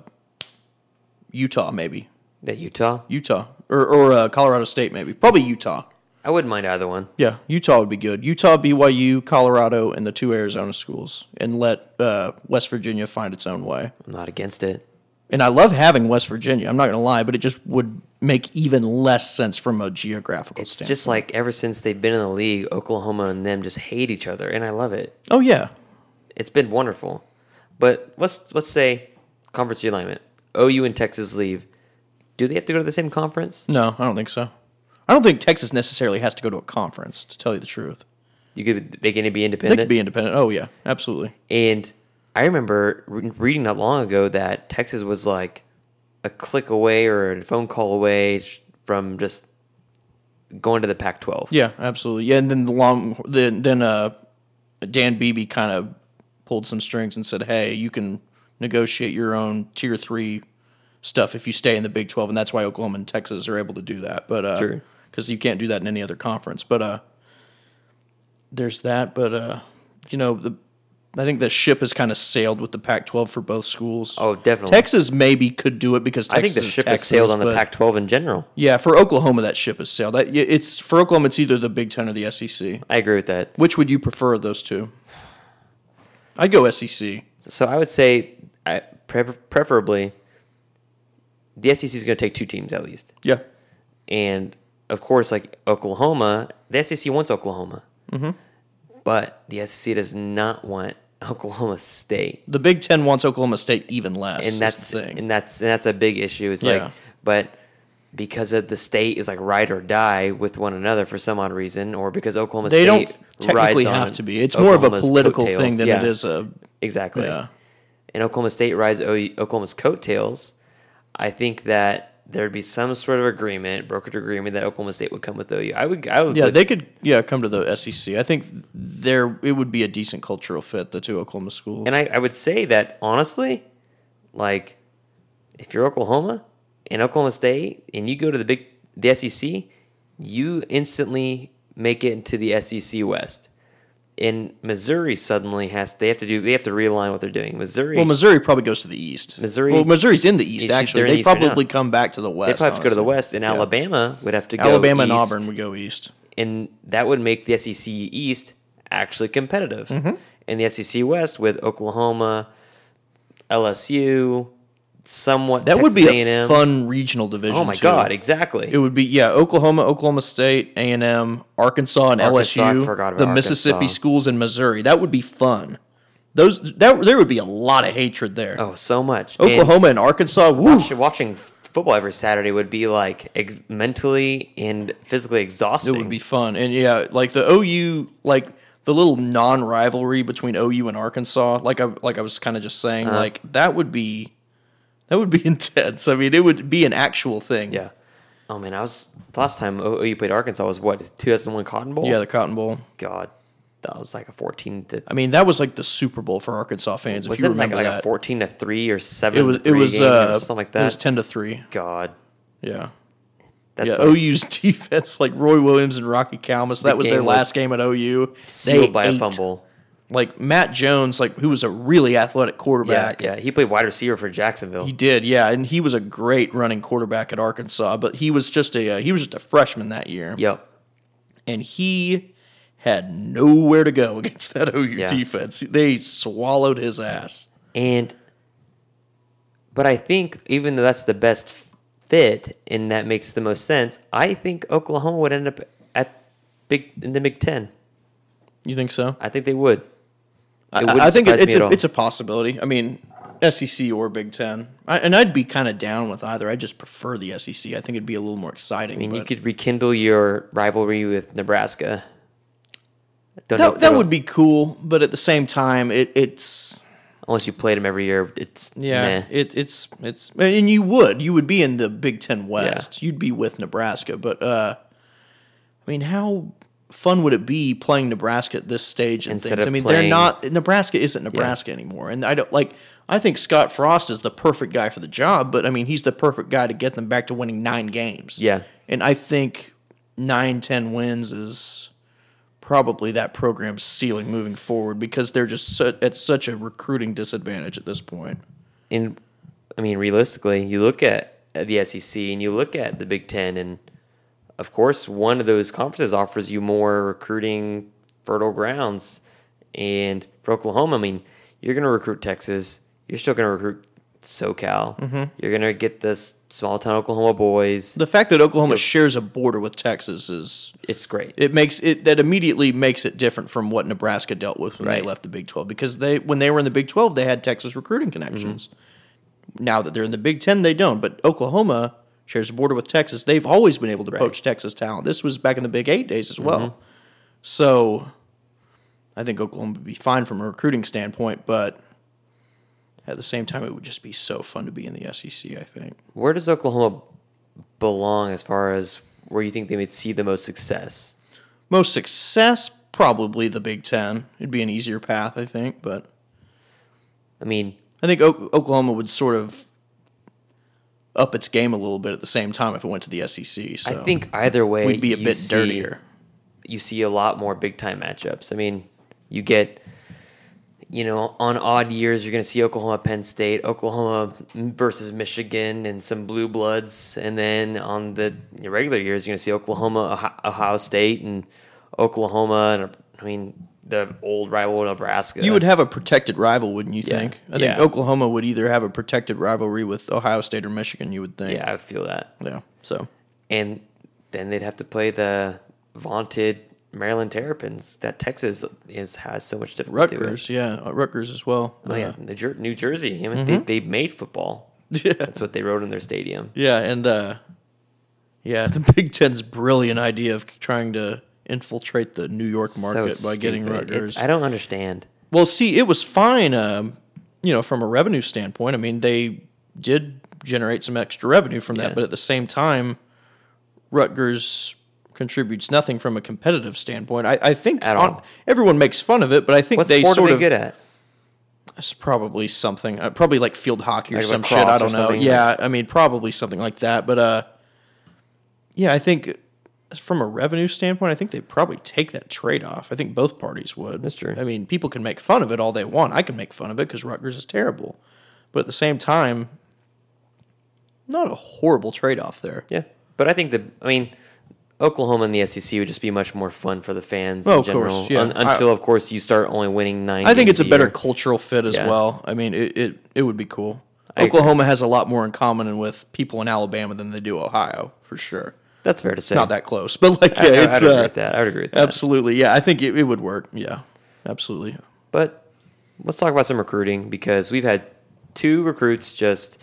Speaker 4: Utah, maybe.
Speaker 3: that Utah.
Speaker 4: Utah or, or uh, Colorado State, maybe. Probably Utah.
Speaker 3: I wouldn't mind either one.
Speaker 4: Yeah, Utah would be good. Utah, BYU, Colorado, and the two Arizona schools, and let uh, West Virginia find its own way.
Speaker 3: I'm not against it.
Speaker 4: And I love having West Virginia. I'm not going to lie, but it just would make even less sense from a geographical
Speaker 3: It's
Speaker 4: standpoint.
Speaker 3: just like ever since they've been in the league, Oklahoma and them just hate each other, and I love it.
Speaker 4: oh yeah,
Speaker 3: It's been wonderful. But let's let's say conference realignment. OU and Texas leave. Do they have to go to the same conference?
Speaker 4: no, I don't think so. I don't think Texas necessarily has to go to a conference. To tell you the truth,
Speaker 3: You could they can be
Speaker 4: they
Speaker 3: independent.
Speaker 4: could be independent. Oh yeah, absolutely.
Speaker 3: And I remember re- reading not long ago that Texas was like a click away or a phone call away sh- from just going to the Pac-12.
Speaker 4: Yeah, absolutely. Yeah, and then the long then then uh, Dan Beebe kind of pulled some strings and said, "Hey, you can negotiate your own tier three stuff if you stay in the Big Twelve, and that's why Oklahoma and Texas are able to do that. But uh,
Speaker 3: Sure.
Speaker 4: because you can't do that in any other conference. But uh, there's that. But uh, you know the. I think the ship has kind of sailed with the Pac-12 for both schools.
Speaker 3: Oh, definitely.
Speaker 4: Texas maybe could do it because
Speaker 3: I
Speaker 4: Texas
Speaker 3: think the
Speaker 4: is
Speaker 3: ship
Speaker 4: Texas,
Speaker 3: has sailed on the
Speaker 4: but-
Speaker 3: Pac-12 in general.
Speaker 4: yeah, for Oklahoma, that ship has sailed. That- It's for Oklahoma. It's either the Big Ten or the SEC.
Speaker 3: I agree with that.
Speaker 4: Which would you prefer of those two? I'd go E SEC.
Speaker 3: So I would say, I, pre- preferably, the SEC is going to take two teams at least,
Speaker 4: Yeah,
Speaker 3: and of course, like Oklahoma, the SEC wants Oklahoma,
Speaker 4: Mm-hmm.
Speaker 3: but the SEC does not want Oklahoma State,
Speaker 4: the Big Ten wants Oklahoma State even less. is
Speaker 3: and
Speaker 4: the
Speaker 3: that's
Speaker 4: thing.
Speaker 3: and that's and that's a big issue. It's
Speaker 4: Yeah.
Speaker 3: like, but because of the state is like ride or die with one another for some odd reason, or because Oklahoma
Speaker 4: they
Speaker 3: State
Speaker 4: don't technically
Speaker 3: rides
Speaker 4: have
Speaker 3: on
Speaker 4: to be. It's more of a
Speaker 3: Oklahoma's
Speaker 4: political
Speaker 3: coattails.
Speaker 4: thing than
Speaker 3: Yeah.
Speaker 4: it is a.
Speaker 3: Exactly.
Speaker 4: Yeah.
Speaker 3: And Oklahoma State rides o- Oklahoma's coattails. I think that there'd be some sort of agreement, brokered agreement, that Oklahoma State would come with OU. I would. I would.
Speaker 4: Yeah,
Speaker 3: like-
Speaker 4: they could. Yeah, come to the SEC. I think there it would be a decent cultural fit. The two Oklahoma schools.
Speaker 3: and I, I would say that honestly, like, if you're Oklahoma and Oklahoma State, and you go to the big the SEC, you instantly make it into the SEC West. And Missouri suddenly has they have to do they have to realign what they're doing. Missouri,
Speaker 4: well, Missouri probably goes to the East.
Speaker 3: Missouri-
Speaker 4: Well, Missouri's in the East.
Speaker 3: East,
Speaker 4: actually,
Speaker 3: they're in
Speaker 4: they
Speaker 3: the East right now.
Speaker 4: probably come back to the West.
Speaker 3: they probably have to go to the
Speaker 4: honestly.
Speaker 3: West, and
Speaker 4: Yeah.
Speaker 3: Alabama would have to go
Speaker 4: Alabama and
Speaker 3: east.
Speaker 4: Auburn would go East.
Speaker 3: and that would make the SEC East actually competitive.
Speaker 4: Mm-hmm.
Speaker 3: And the SEC West with Oklahoma, LSU, somewhat
Speaker 4: That would
Speaker 3: Texas
Speaker 4: be a
Speaker 3: A&M.
Speaker 4: fun regional division.
Speaker 3: Oh my
Speaker 4: too.
Speaker 3: god, exactly.
Speaker 4: It would be yeah, Oklahoma, Oklahoma State, A and M, Arkansas, and
Speaker 3: Arkansas, I
Speaker 4: LSU.
Speaker 3: forgot about
Speaker 4: the Mississippi
Speaker 3: Arkansas.
Speaker 4: schools in Missouri. That would be fun. Those that there would be a lot of hatred there.
Speaker 3: oh, so much. And
Speaker 4: Oklahoma and, Arkansas. Woo.
Speaker 3: watch- watching football every Saturday would be like ex- mentally and physically exhausting.
Speaker 4: It would be fun. And yeah, like the OU, like the little non
Speaker 3: Uh-huh.
Speaker 4: rivalry between OU and Arkansas, like I like I was kind of just saying, like that would be That would be intense. I mean, it would be an actual thing.
Speaker 3: Yeah. Oh man, I was the last time OU played Arkansas was what 2001 Cotton Bowl.
Speaker 4: Yeah, the Cotton Bowl.
Speaker 3: God, that was like a 14 to.
Speaker 4: I mean, that was like the Super Bowl for Arkansas fans. If
Speaker 3: Was
Speaker 4: you
Speaker 3: it like,
Speaker 4: remember
Speaker 3: like
Speaker 4: that,
Speaker 3: a 14 to three or seven?
Speaker 4: it was
Speaker 3: to
Speaker 4: it
Speaker 3: three
Speaker 4: was
Speaker 3: game
Speaker 4: uh,
Speaker 3: or something like
Speaker 4: It
Speaker 3: that.
Speaker 4: was ten to three.
Speaker 3: God,
Speaker 4: Yeah,
Speaker 3: that's
Speaker 4: yeah. Oh,
Speaker 3: like,
Speaker 4: OU's defense, like Roy Williams and Rocky Kalmus, that was their
Speaker 3: game was
Speaker 4: last game at OU.
Speaker 3: sealed by
Speaker 4: ate.
Speaker 3: a fumble.
Speaker 4: Like Matt Jones, like who was a really athletic
Speaker 3: Yeah,
Speaker 4: quarterback.
Speaker 3: yeah. He played wide receiver for Jacksonville.
Speaker 4: He did, yeah, and he was a great running quarterback at Arkansas, but he was just a uh, he was just a freshman that year,
Speaker 3: yep.
Speaker 4: and he had nowhere to go against that OU
Speaker 3: Yeah.
Speaker 4: defense. They swallowed his ass.
Speaker 3: And, but I think even though that's the best fit and that makes the most sense, I think Oklahoma would end up at big in the Big Ten.
Speaker 4: You think so?
Speaker 3: I think they would.
Speaker 4: I,
Speaker 3: wouldn't
Speaker 4: I think
Speaker 3: surprise
Speaker 4: it's
Speaker 3: me at
Speaker 4: a,
Speaker 3: all.
Speaker 4: it's a possibility. I mean, SEC or Big Ten, I, and I'd be kind of down with either. I just prefer the SEC. I think it'd be a little more exciting.
Speaker 3: I mean, you
Speaker 4: but-
Speaker 3: could rekindle your rivalry with Nebraska. Don't know
Speaker 4: that,
Speaker 3: if
Speaker 4: that
Speaker 3: it'll-
Speaker 4: would be cool, but at the same time, it, it's
Speaker 3: unless you played them every year. It's
Speaker 4: yeah,
Speaker 3: meh.
Speaker 4: it, it's it's and you would you would be in the Big Ten West. You'd be with Nebraska, but uh, I mean, how fun would it be playing Nebraska at this stage and
Speaker 3: Instead
Speaker 4: things?
Speaker 3: of
Speaker 4: I mean, they're
Speaker 3: playing-
Speaker 4: not Nebraska isn't Nebraska anymore, and I don't like. I think Scott Frost is the perfect guy for the job, but I mean, he's the perfect guy to get them back to winning nine games.
Speaker 3: Yeah.
Speaker 4: and I think nine, ten wins is probably that program's ceiling moving forward because they're just su- at such a recruiting disadvantage at this point.
Speaker 3: and I mean, realistically, you look at, at the SEC and you look at the Big Ten, and of course, one of those conferences offers you more recruiting fertile grounds. And for Oklahoma, I mean, you're going to recruit Texas. You're still going to recruit SoCal.
Speaker 4: Mm-hmm.
Speaker 3: You're going to get this small town Oklahoma boys.
Speaker 4: The fact that Oklahoma shares a border with Texas is
Speaker 3: It's great.
Speaker 4: it makes it that immediately makes it different from what Nebraska dealt with when
Speaker 3: Right.
Speaker 4: they left the Big 12 because they when they were in the Big 12 they had Texas recruiting connections. Now that they're in the Big 10 they don't, but Oklahoma shares a border with Texas. They've always been able to poach Texas talent. This was back in the Big 8 days as well. So I think Oklahoma would be fine from a recruiting standpoint, but at the same time it would just be so fun to be in the SEC, I think.
Speaker 3: Where does Oklahoma belong as far as where you think they would see the most success?
Speaker 4: Most success probably the Big 10. It'd be an easier path, I think, but
Speaker 3: I mean,
Speaker 4: I think o- Oklahoma would sort of up its game a little bit at the same time if it went to the SEC. So
Speaker 3: I think E either way,
Speaker 4: we'd be a
Speaker 3: you
Speaker 4: bit
Speaker 3: see-
Speaker 4: dirtier.
Speaker 3: you see a lot more big time matchups. I mean, you get, you know, on odd years, you're going to see Oklahoma, Penn State, Oklahoma versus Michigan, and some blue bloods. And then on the regular years, you're going to see Oklahoma, Ohi- Ohio State, and Oklahoma, and I mean, the old rival Nebraska.
Speaker 4: You would have a protected rival, wouldn't you think? I think
Speaker 3: Yeah.
Speaker 4: Oklahoma would either have a protected rivalry with Ohio State or Michigan. You would think.
Speaker 3: yeah, I feel that.
Speaker 4: Yeah. So
Speaker 3: And then they'd have to play the vaunted Maryland Terrapins that Texas is has so much difficulty with.
Speaker 4: Rutgers, yeah, uh, Rutgers as well.
Speaker 3: Oh yeah,
Speaker 4: Uh,
Speaker 3: the Jer- New Jersey. I mean, they, they made football.
Speaker 4: Mm-hmm. yeah,
Speaker 3: That's what they wrote in their stadium.
Speaker 4: yeah, and uh, yeah, the Big Ten's brilliant idea of trying to infiltrate the New York market
Speaker 3: So
Speaker 4: by getting
Speaker 3: stupid. It-
Speaker 4: Rutgers.
Speaker 3: I don't understand.
Speaker 4: Well, see, it was fine, um, you know, from a revenue standpoint. I mean, they did generate some extra revenue from that,
Speaker 3: Yeah.
Speaker 4: but at the same time, Rutgers contributes nothing from a competitive standpoint. I, I think
Speaker 3: At
Speaker 4: on-
Speaker 3: all.
Speaker 4: everyone makes fun of it, but I think
Speaker 3: What
Speaker 4: they
Speaker 3: sport are
Speaker 4: sort
Speaker 3: they
Speaker 4: of
Speaker 3: good at?
Speaker 4: it's probably something, uh, probably like field hockey or
Speaker 3: Like
Speaker 4: some shit.
Speaker 3: lacrosse
Speaker 4: I
Speaker 3: or
Speaker 4: don't know.
Speaker 3: something.
Speaker 4: Yeah, I mean, probably something like that. But uh, yeah, I think uh, from a revenue standpoint, I think they probably take that trade off. I think both parties would.
Speaker 3: That's true.
Speaker 4: I mean, people can make fun of it all they want. I can make fun of it because Rutgers is terrible, but at the same time, not a horrible trade off there.
Speaker 3: Yeah, but I think the. I mean, Oklahoma and the SEC would just be much more fun for the fans
Speaker 4: Oh,
Speaker 3: in
Speaker 4: of course,
Speaker 3: general.
Speaker 4: yeah.
Speaker 3: un- until of course you start only winning nine.
Speaker 4: I think
Speaker 3: games
Speaker 4: it's a better
Speaker 3: year.
Speaker 4: cultural fit as
Speaker 3: Yeah.
Speaker 4: well. I mean, it, it, it would be cool.
Speaker 3: I agree.
Speaker 4: Oklahoma has a lot more in common with people in Alabama than they do Ohio, for sure.
Speaker 3: That's fair to say.
Speaker 4: not that close, but like yeah,
Speaker 3: I, I,
Speaker 4: it's
Speaker 3: would agree
Speaker 4: uh,
Speaker 3: with that. I would agree with that.
Speaker 4: absolutely yeah. I think it, it would work. Yeah, absolutely.
Speaker 3: But let's talk about some recruiting because we've had two recruits just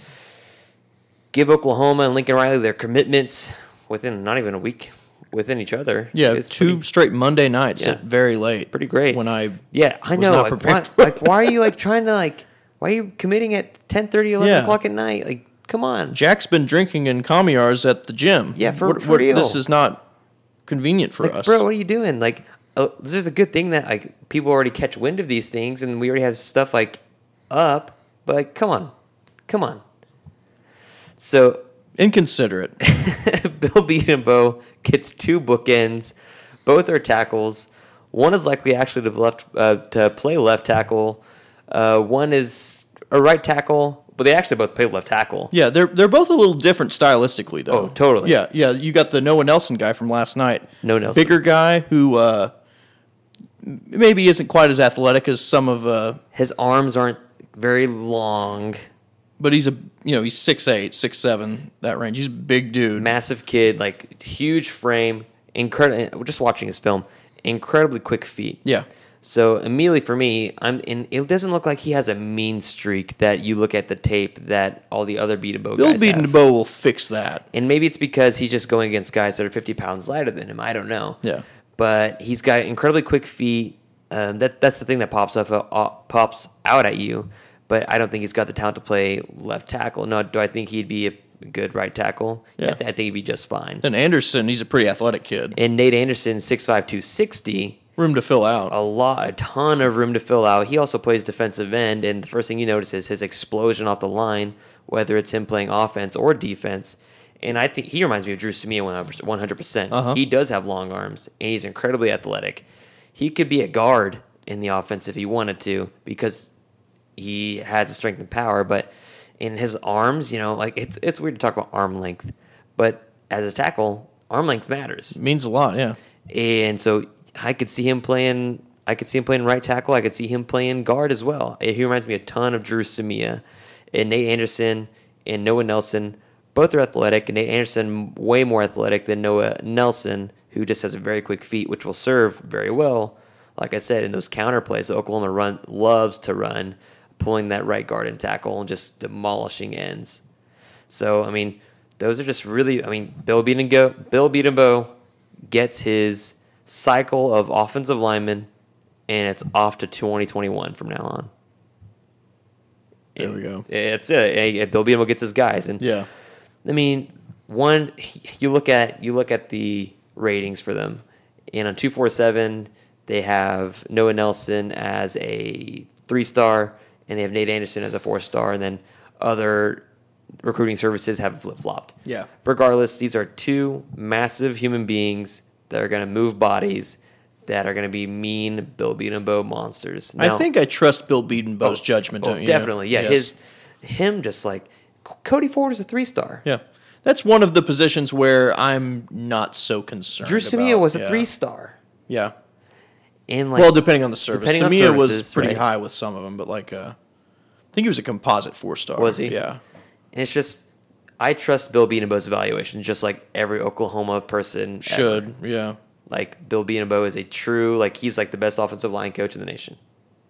Speaker 3: give Oklahoma and Lincoln Riley their commitments within not even a week within each other.
Speaker 4: Yeah,
Speaker 3: It's
Speaker 4: two
Speaker 3: pretty-
Speaker 4: straight Monday nights
Speaker 3: Yeah.
Speaker 4: at very late.
Speaker 3: pretty great.
Speaker 4: When I
Speaker 3: yeah, I
Speaker 4: was
Speaker 3: know.
Speaker 4: not
Speaker 3: Like,
Speaker 4: prepared
Speaker 3: why,
Speaker 4: for
Speaker 3: like, why are you like trying to like Why are you committing at 10, 11
Speaker 4: Yeah.
Speaker 3: o'clock at night? Like, come on.
Speaker 4: Jack's been drinking in commissars at the gym.
Speaker 3: Yeah, for- for real.
Speaker 4: This is not convenient for
Speaker 3: like,
Speaker 4: us.
Speaker 3: bro, what are you doing? Like, oh, this is a good thing that like people already catch wind of these things, and we already have stuff like up. But like, come on, come on. So
Speaker 4: Inconsiderate.
Speaker 3: Bill Beatenbow gets two bookends. Both are tackles. One is likely actually to left uh, to play left tackle. Uh, one is a right tackle, but they actually both play left tackle.
Speaker 4: Yeah, they're they're both a little different stylistically though.
Speaker 3: Oh, totally.
Speaker 4: Yeah, yeah. You got the Noah Nelson guy from last night.
Speaker 3: Noah Nelson.
Speaker 4: bigger guy who uh, m- maybe isn't quite as athletic as some of, uh,
Speaker 3: His arms aren't very long.
Speaker 4: but he's a you know he's six eight, six seven that range. He's a big dude.
Speaker 3: massive kid, like huge frame, incredible. Just watching his film, incredibly quick feet.
Speaker 4: Yeah,
Speaker 3: So immediately for me, I'm in. It doesn't look like he has a mean streak that you look at the tape that all the other beat bow
Speaker 4: Bill
Speaker 3: guys
Speaker 4: Beaton
Speaker 3: have.
Speaker 4: Bow will fix that.
Speaker 3: And maybe it's because he's just going against guys that are 50 pounds lighter than him. I don't know.
Speaker 4: Yeah.
Speaker 3: But he's got incredibly quick feet. Um, that that's the thing that pops up uh, pops out at you. But I don't think he's got the talent to play left tackle. No, do I think he'd be a good right tackle? I,
Speaker 4: Yeah.
Speaker 3: th- I think he'd be just fine.
Speaker 4: Then Anderson, he's a pretty athletic kid.
Speaker 3: And Nate Anderson, 6'5", 260,
Speaker 4: Room to fill out.
Speaker 3: a lot, a ton of room to fill out. He also plays defensive end, and the first thing you notice is his explosion off the line, whether it's him playing offense or defense. And I think he reminds me of Drew Samia 100%. percent He does have long arms, and he's incredibly athletic. He could be a guard in the offense if he wanted to because he has the strength and power, but in his arms, you know, like it's it's weird to talk about arm length, but as a tackle, arm length matters.
Speaker 4: Means a lot. Yeah.
Speaker 3: And so I could see him playing. I could see him playing right tackle. I could see him playing guard as well. He reminds me a ton of Drew Samia and Nate Anderson and Noah Nelson. Both are athletic, and Nate Anderson way more athletic than Noah Nelson, who just has a very quick feet, which will serve very well. Like I said, in those counter plays, Oklahoma run loves to run, pulling that right guard and tackle and just demolishing ends. So I mean, those are just really. I mean, Bill Beatenbo, Bill Beatenbo gets his cycle of offensive linemen, and it's off to 2021 from now on.
Speaker 4: There we go.
Speaker 3: It's it. Uh, Bill Beatenbo gets his guys, and
Speaker 4: Yeah.
Speaker 3: I mean, one you look at you look at the ratings for them, and on two four seven they have Noah Nelson as a three star, and they have Nate Anderson as a four star, and then other recruiting services have flip flopped.
Speaker 4: Yeah.
Speaker 3: Regardless, these are two massive human beings that are going to move bodies. That are going to be mean Bill Beatembo monsters.
Speaker 4: I
Speaker 3: Now-
Speaker 4: think I trust Bill Beaton Bow's judgment.
Speaker 3: Oh,
Speaker 4: don't you?
Speaker 3: definitely, yeah.
Speaker 4: Yes.
Speaker 3: His, him, just like Cody Ford is a three star.
Speaker 4: Yeah. That's one of the positions where I'm not so concerned.
Speaker 3: Drew Samia
Speaker 4: about.
Speaker 3: was a
Speaker 4: Yeah.
Speaker 3: three star.
Speaker 4: Yeah.
Speaker 3: And like
Speaker 4: well, depending on the service.
Speaker 3: depending on
Speaker 4: Samia was
Speaker 3: services,
Speaker 4: pretty
Speaker 3: right.
Speaker 4: high with some of them, but like, uh, I think he was a composite four star.
Speaker 3: Was he?
Speaker 4: Yeah.
Speaker 3: and it's just I trust Bill Beanbo's evaluation, just like every Oklahoma person ever.
Speaker 4: Should. Yeah.
Speaker 3: Like Bill Beanbo is a true like he's like the best offensive line coach in the nation.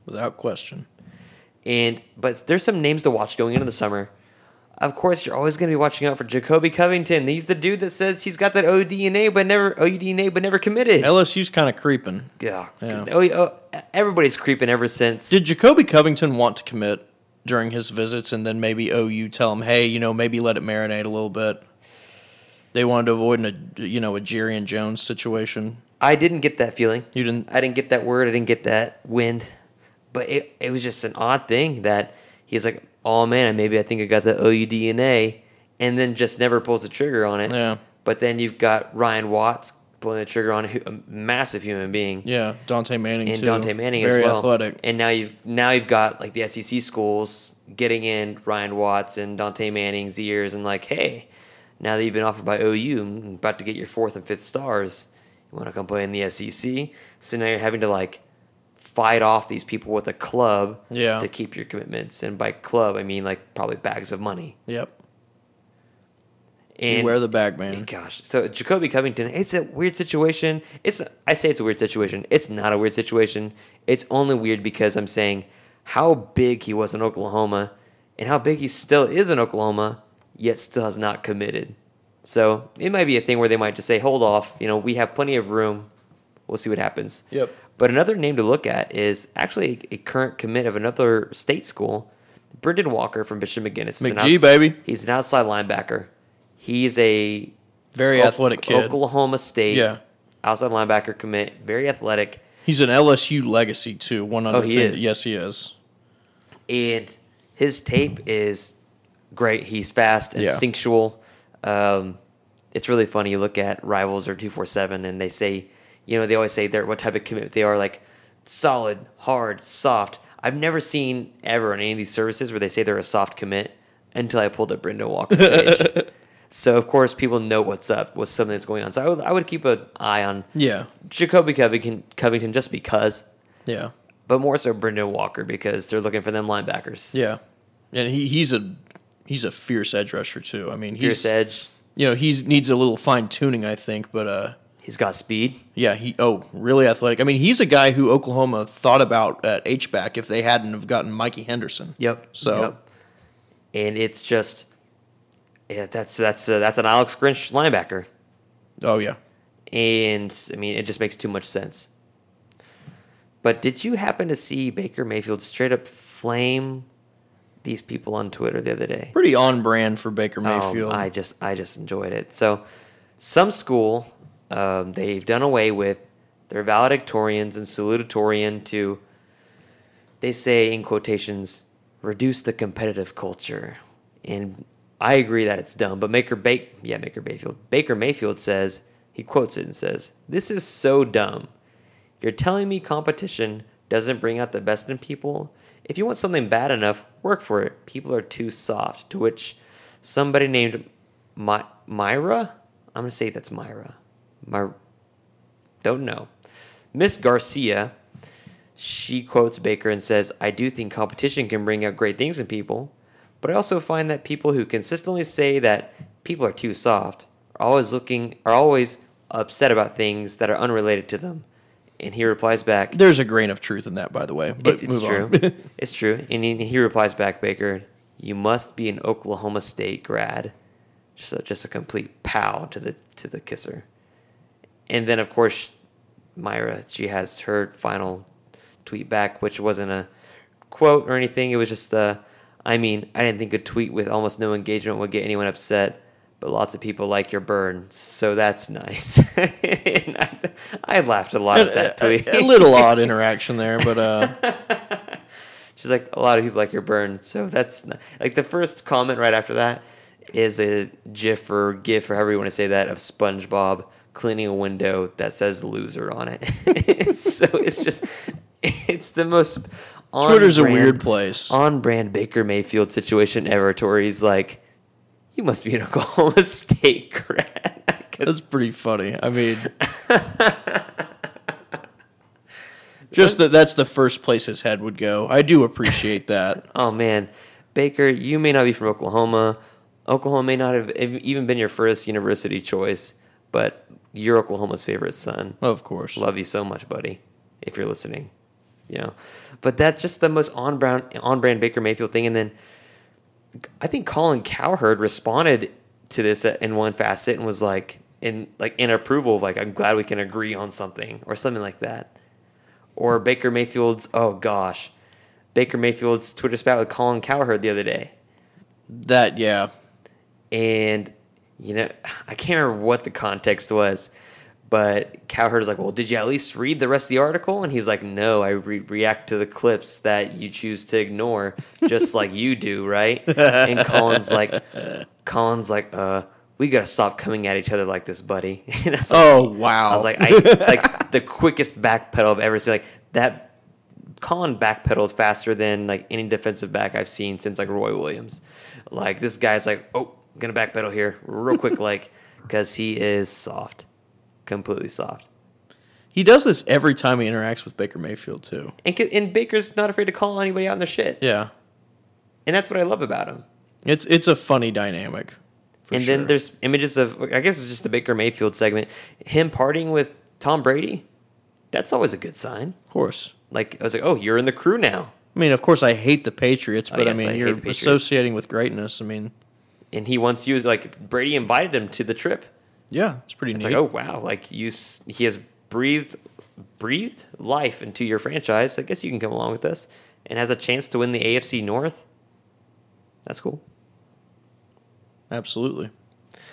Speaker 4: Without question.
Speaker 3: And but there's some names to watch going into the summer. Of course, you're always going to be watching out for Jacoby Covington. He's the dude that says he's got that ODNA but never ODNA but never committed.
Speaker 4: LSU's kind of creeping.
Speaker 3: yeah.
Speaker 4: Yeah.
Speaker 3: Oh, yeah, oh, everybody's creeping ever since.
Speaker 4: Did Jacoby Covington want to commit during his visits and then maybe OU tell him, hey, you know, maybe let it marinate a little bit? They wanted to avoid an, a, you know, a Jerry and Jones situation.
Speaker 3: I didn't get that feeling.
Speaker 4: You didn't?
Speaker 3: I didn't get that word. I didn't get that wind. But it, it was just an odd thing that he's like, oh man, maybe I think I got the OU DNA, and then just never pulls the trigger on it.
Speaker 4: Yeah.
Speaker 3: But then you've got Ryan Watts pulling the trigger on a, hu- a massive human being.
Speaker 4: Yeah. Dante Manning.
Speaker 3: And
Speaker 4: too.
Speaker 3: Dante Manning
Speaker 4: Very
Speaker 3: as well.
Speaker 4: athletic.
Speaker 3: And now you've now you've got like the SEC schools getting in Ryan Watts and Dante Manning's ears and like, hey, now that you've been offered by OU, and about to get your fourth and fifth stars, you want to come play in the SEC. So now you're having to like fight off these people with a club
Speaker 4: Yeah.
Speaker 3: to keep your commitments. And by club, I mean like probably bags of money.
Speaker 4: Yep.
Speaker 3: And
Speaker 4: Beware the bag man.
Speaker 3: Gosh, so Jacoby Covington, it's a weird situation. It's I say it's a weird situation. It's not a weird situation. It's only weird because I'm saying how big he was in Oklahoma and how big he still is in Oklahoma, yet still has not committed. So it might be a thing where they might just say, "Hold off, you know, we have plenty of room. We'll see what happens."
Speaker 4: Yep.
Speaker 3: But another name to look at is actually a current commit of another state school, Brendan Walker from Bishop McGinnis. is an
Speaker 4: McGee, baby.
Speaker 3: He's an outside linebacker. He's a
Speaker 4: Very
Speaker 3: Ok-
Speaker 4: athletic kid.
Speaker 3: Oklahoma State.
Speaker 4: Yeah.
Speaker 3: Outside linebacker commit. Very athletic.
Speaker 4: He's an LSU legacy too. One other
Speaker 3: Oh, he
Speaker 4: thing.
Speaker 3: is.
Speaker 4: Yes, he is.
Speaker 3: and his tape is great. He's fast,
Speaker 4: Yeah.
Speaker 3: instinctual. Um, it's really funny. You look at rivals or two four seven, and they say, you know, they always say they're what type of commitment they are, like solid, hard, soft. I've never seen ever on any of these services where they say they're a soft commit until I pulled up Brenda Walker's page. So of course, people know what's up, what's something that's going on. So I would, I would keep an eye on
Speaker 4: Yeah.
Speaker 3: Jacoby Covington, Covington just because,
Speaker 4: Yeah.
Speaker 3: but more so Brendan Walker because they're looking for them linebackers.
Speaker 4: Yeah. And he, he's a he's a fierce edge rusher too. I mean, he's
Speaker 3: Fierce Edge.
Speaker 4: you know, he's needs a little fine tuning, I think, but uh
Speaker 3: He's got speed.
Speaker 4: yeah, he oh, really athletic. I mean, he's a guy who Oklahoma thought about at H back if they hadn't have gotten Mikey Henderson.
Speaker 3: Yep.
Speaker 4: So-
Speaker 3: and it's just, yeah, that's that's uh, that's an Alex Grinch linebacker,
Speaker 4: Oh yeah.
Speaker 3: and I mean it just makes too much sense. But did you happen to see Baker Mayfield straight up flame these people on Twitter the other day?
Speaker 4: Pretty on brand for Baker
Speaker 3: Um,
Speaker 4: Mayfield.
Speaker 3: I just I just enjoyed it. So, some school um, they've done away with their valedictorians and salutatorian to they say in quotations reduce the competitive culture. And I agree that it's dumb, but Maker Bake yeah Maker Mayfield Baker Mayfield says he quotes it and says this is so dumb. You're telling me competition doesn't bring out the best in people? If you want something bad enough, work for it. People are too soft. To which somebody named My- Myra, I'm going to say that's Myra. My- don't know. Miss Garcia, she quotes Baker and says, I do think competition can bring out great things in people, but I also find that people who consistently say that people are too soft are always looking are always upset about things that are unrelated to them. And he replies back,
Speaker 4: There's a grain of truth in that, by the way. But
Speaker 3: it- it's
Speaker 4: move
Speaker 3: true.
Speaker 4: on.
Speaker 3: it's true. And he, he replies back, Baker, you must be an Oklahoma State grad. So just a complete pow to the to the kisser. And then of course Myra, she has her final tweet back, which wasn't a quote or anything. It was just uh I mean, I didn't think a tweet with almost no engagement would get anyone upset, but lots of people like your burn, so that's nice. and I, I laughed a lot at that tweet.
Speaker 4: a little odd interaction there, but uh
Speaker 3: She's like, a lot of people like your burn, so that's not, like the first comment right after that is a GIF or GIF or however you want to say that of SpongeBob cleaning a window that says "loser" on it. so it's just, it's the most. On
Speaker 4: Twitter's a weird place.
Speaker 3: On brand Baker Mayfield situation ever, to where he's like, "You must be an Oklahoma State grad." 'Cause
Speaker 4: That's pretty funny. I mean, just that that's the first place his head would go. I do appreciate that.
Speaker 3: Oh man, Baker, you may not be from Oklahoma. Oklahoma may not have ev- even been your first university choice, but you're Oklahoma's favorite son.
Speaker 4: Of course.
Speaker 3: Love you so much, buddy. If you're listening, you know. But that's just the most on brown on brand Baker Mayfield thing. And then I think Colin Cowherd responded to this in one facet and was like in like in approval of like I'm glad we can agree on something or something like that. Or Baker Mayfield's oh gosh. Baker Mayfield's Twitter spat with Colin Cowherd the other day.
Speaker 4: That yeah.
Speaker 3: And you know, I can't remember what the context was, but Cowherd's like, "Well, did you at least read the rest of the article?" And he's like, "No, I re- react to the clips that you choose to ignore, just like you do, right?" And Colin's like, "Colin's like, uh, we gotta stop coming at each other like this, buddy." And I was like,
Speaker 4: Oh wow.
Speaker 3: I was like, I like the quickest backpedal I've ever seen. Like that, Colin backpedaled faster than like any defensive back I've seen since like Roy Williams. Like this guy's like, oh, I'm gonna backpedal here real quick, like because he is soft, completely soft.
Speaker 4: he does this every time he interacts with Baker Mayfield too.
Speaker 3: And ca- and Baker's not afraid to call anybody out on their shit,
Speaker 4: Yeah.
Speaker 3: and that's what I love about him.
Speaker 4: It's it's a funny dynamic. for
Speaker 3: and
Speaker 4: sure.
Speaker 3: then there's images of I guess it's just the Baker Mayfield segment, him partying with Tom Brady. That's always a good sign.
Speaker 4: of course.
Speaker 3: Like I was like, oh, you're in the crew now.
Speaker 4: I mean, of course, I hate the Patriots, but
Speaker 3: Oh, yes,
Speaker 4: I
Speaker 3: I
Speaker 4: mean,
Speaker 3: hate the
Speaker 4: you're
Speaker 3: Patriots.
Speaker 4: associating with greatness. I mean,
Speaker 3: and he wants you like Brady invited him to the trip.
Speaker 4: yeah, it's pretty
Speaker 3: It's
Speaker 4: neat.
Speaker 3: like, oh wow, like you, s- he has breathed, breathed life into your franchise. I guess you can come along with us, and has a chance to win the AFC North. That's cool.
Speaker 4: Absolutely.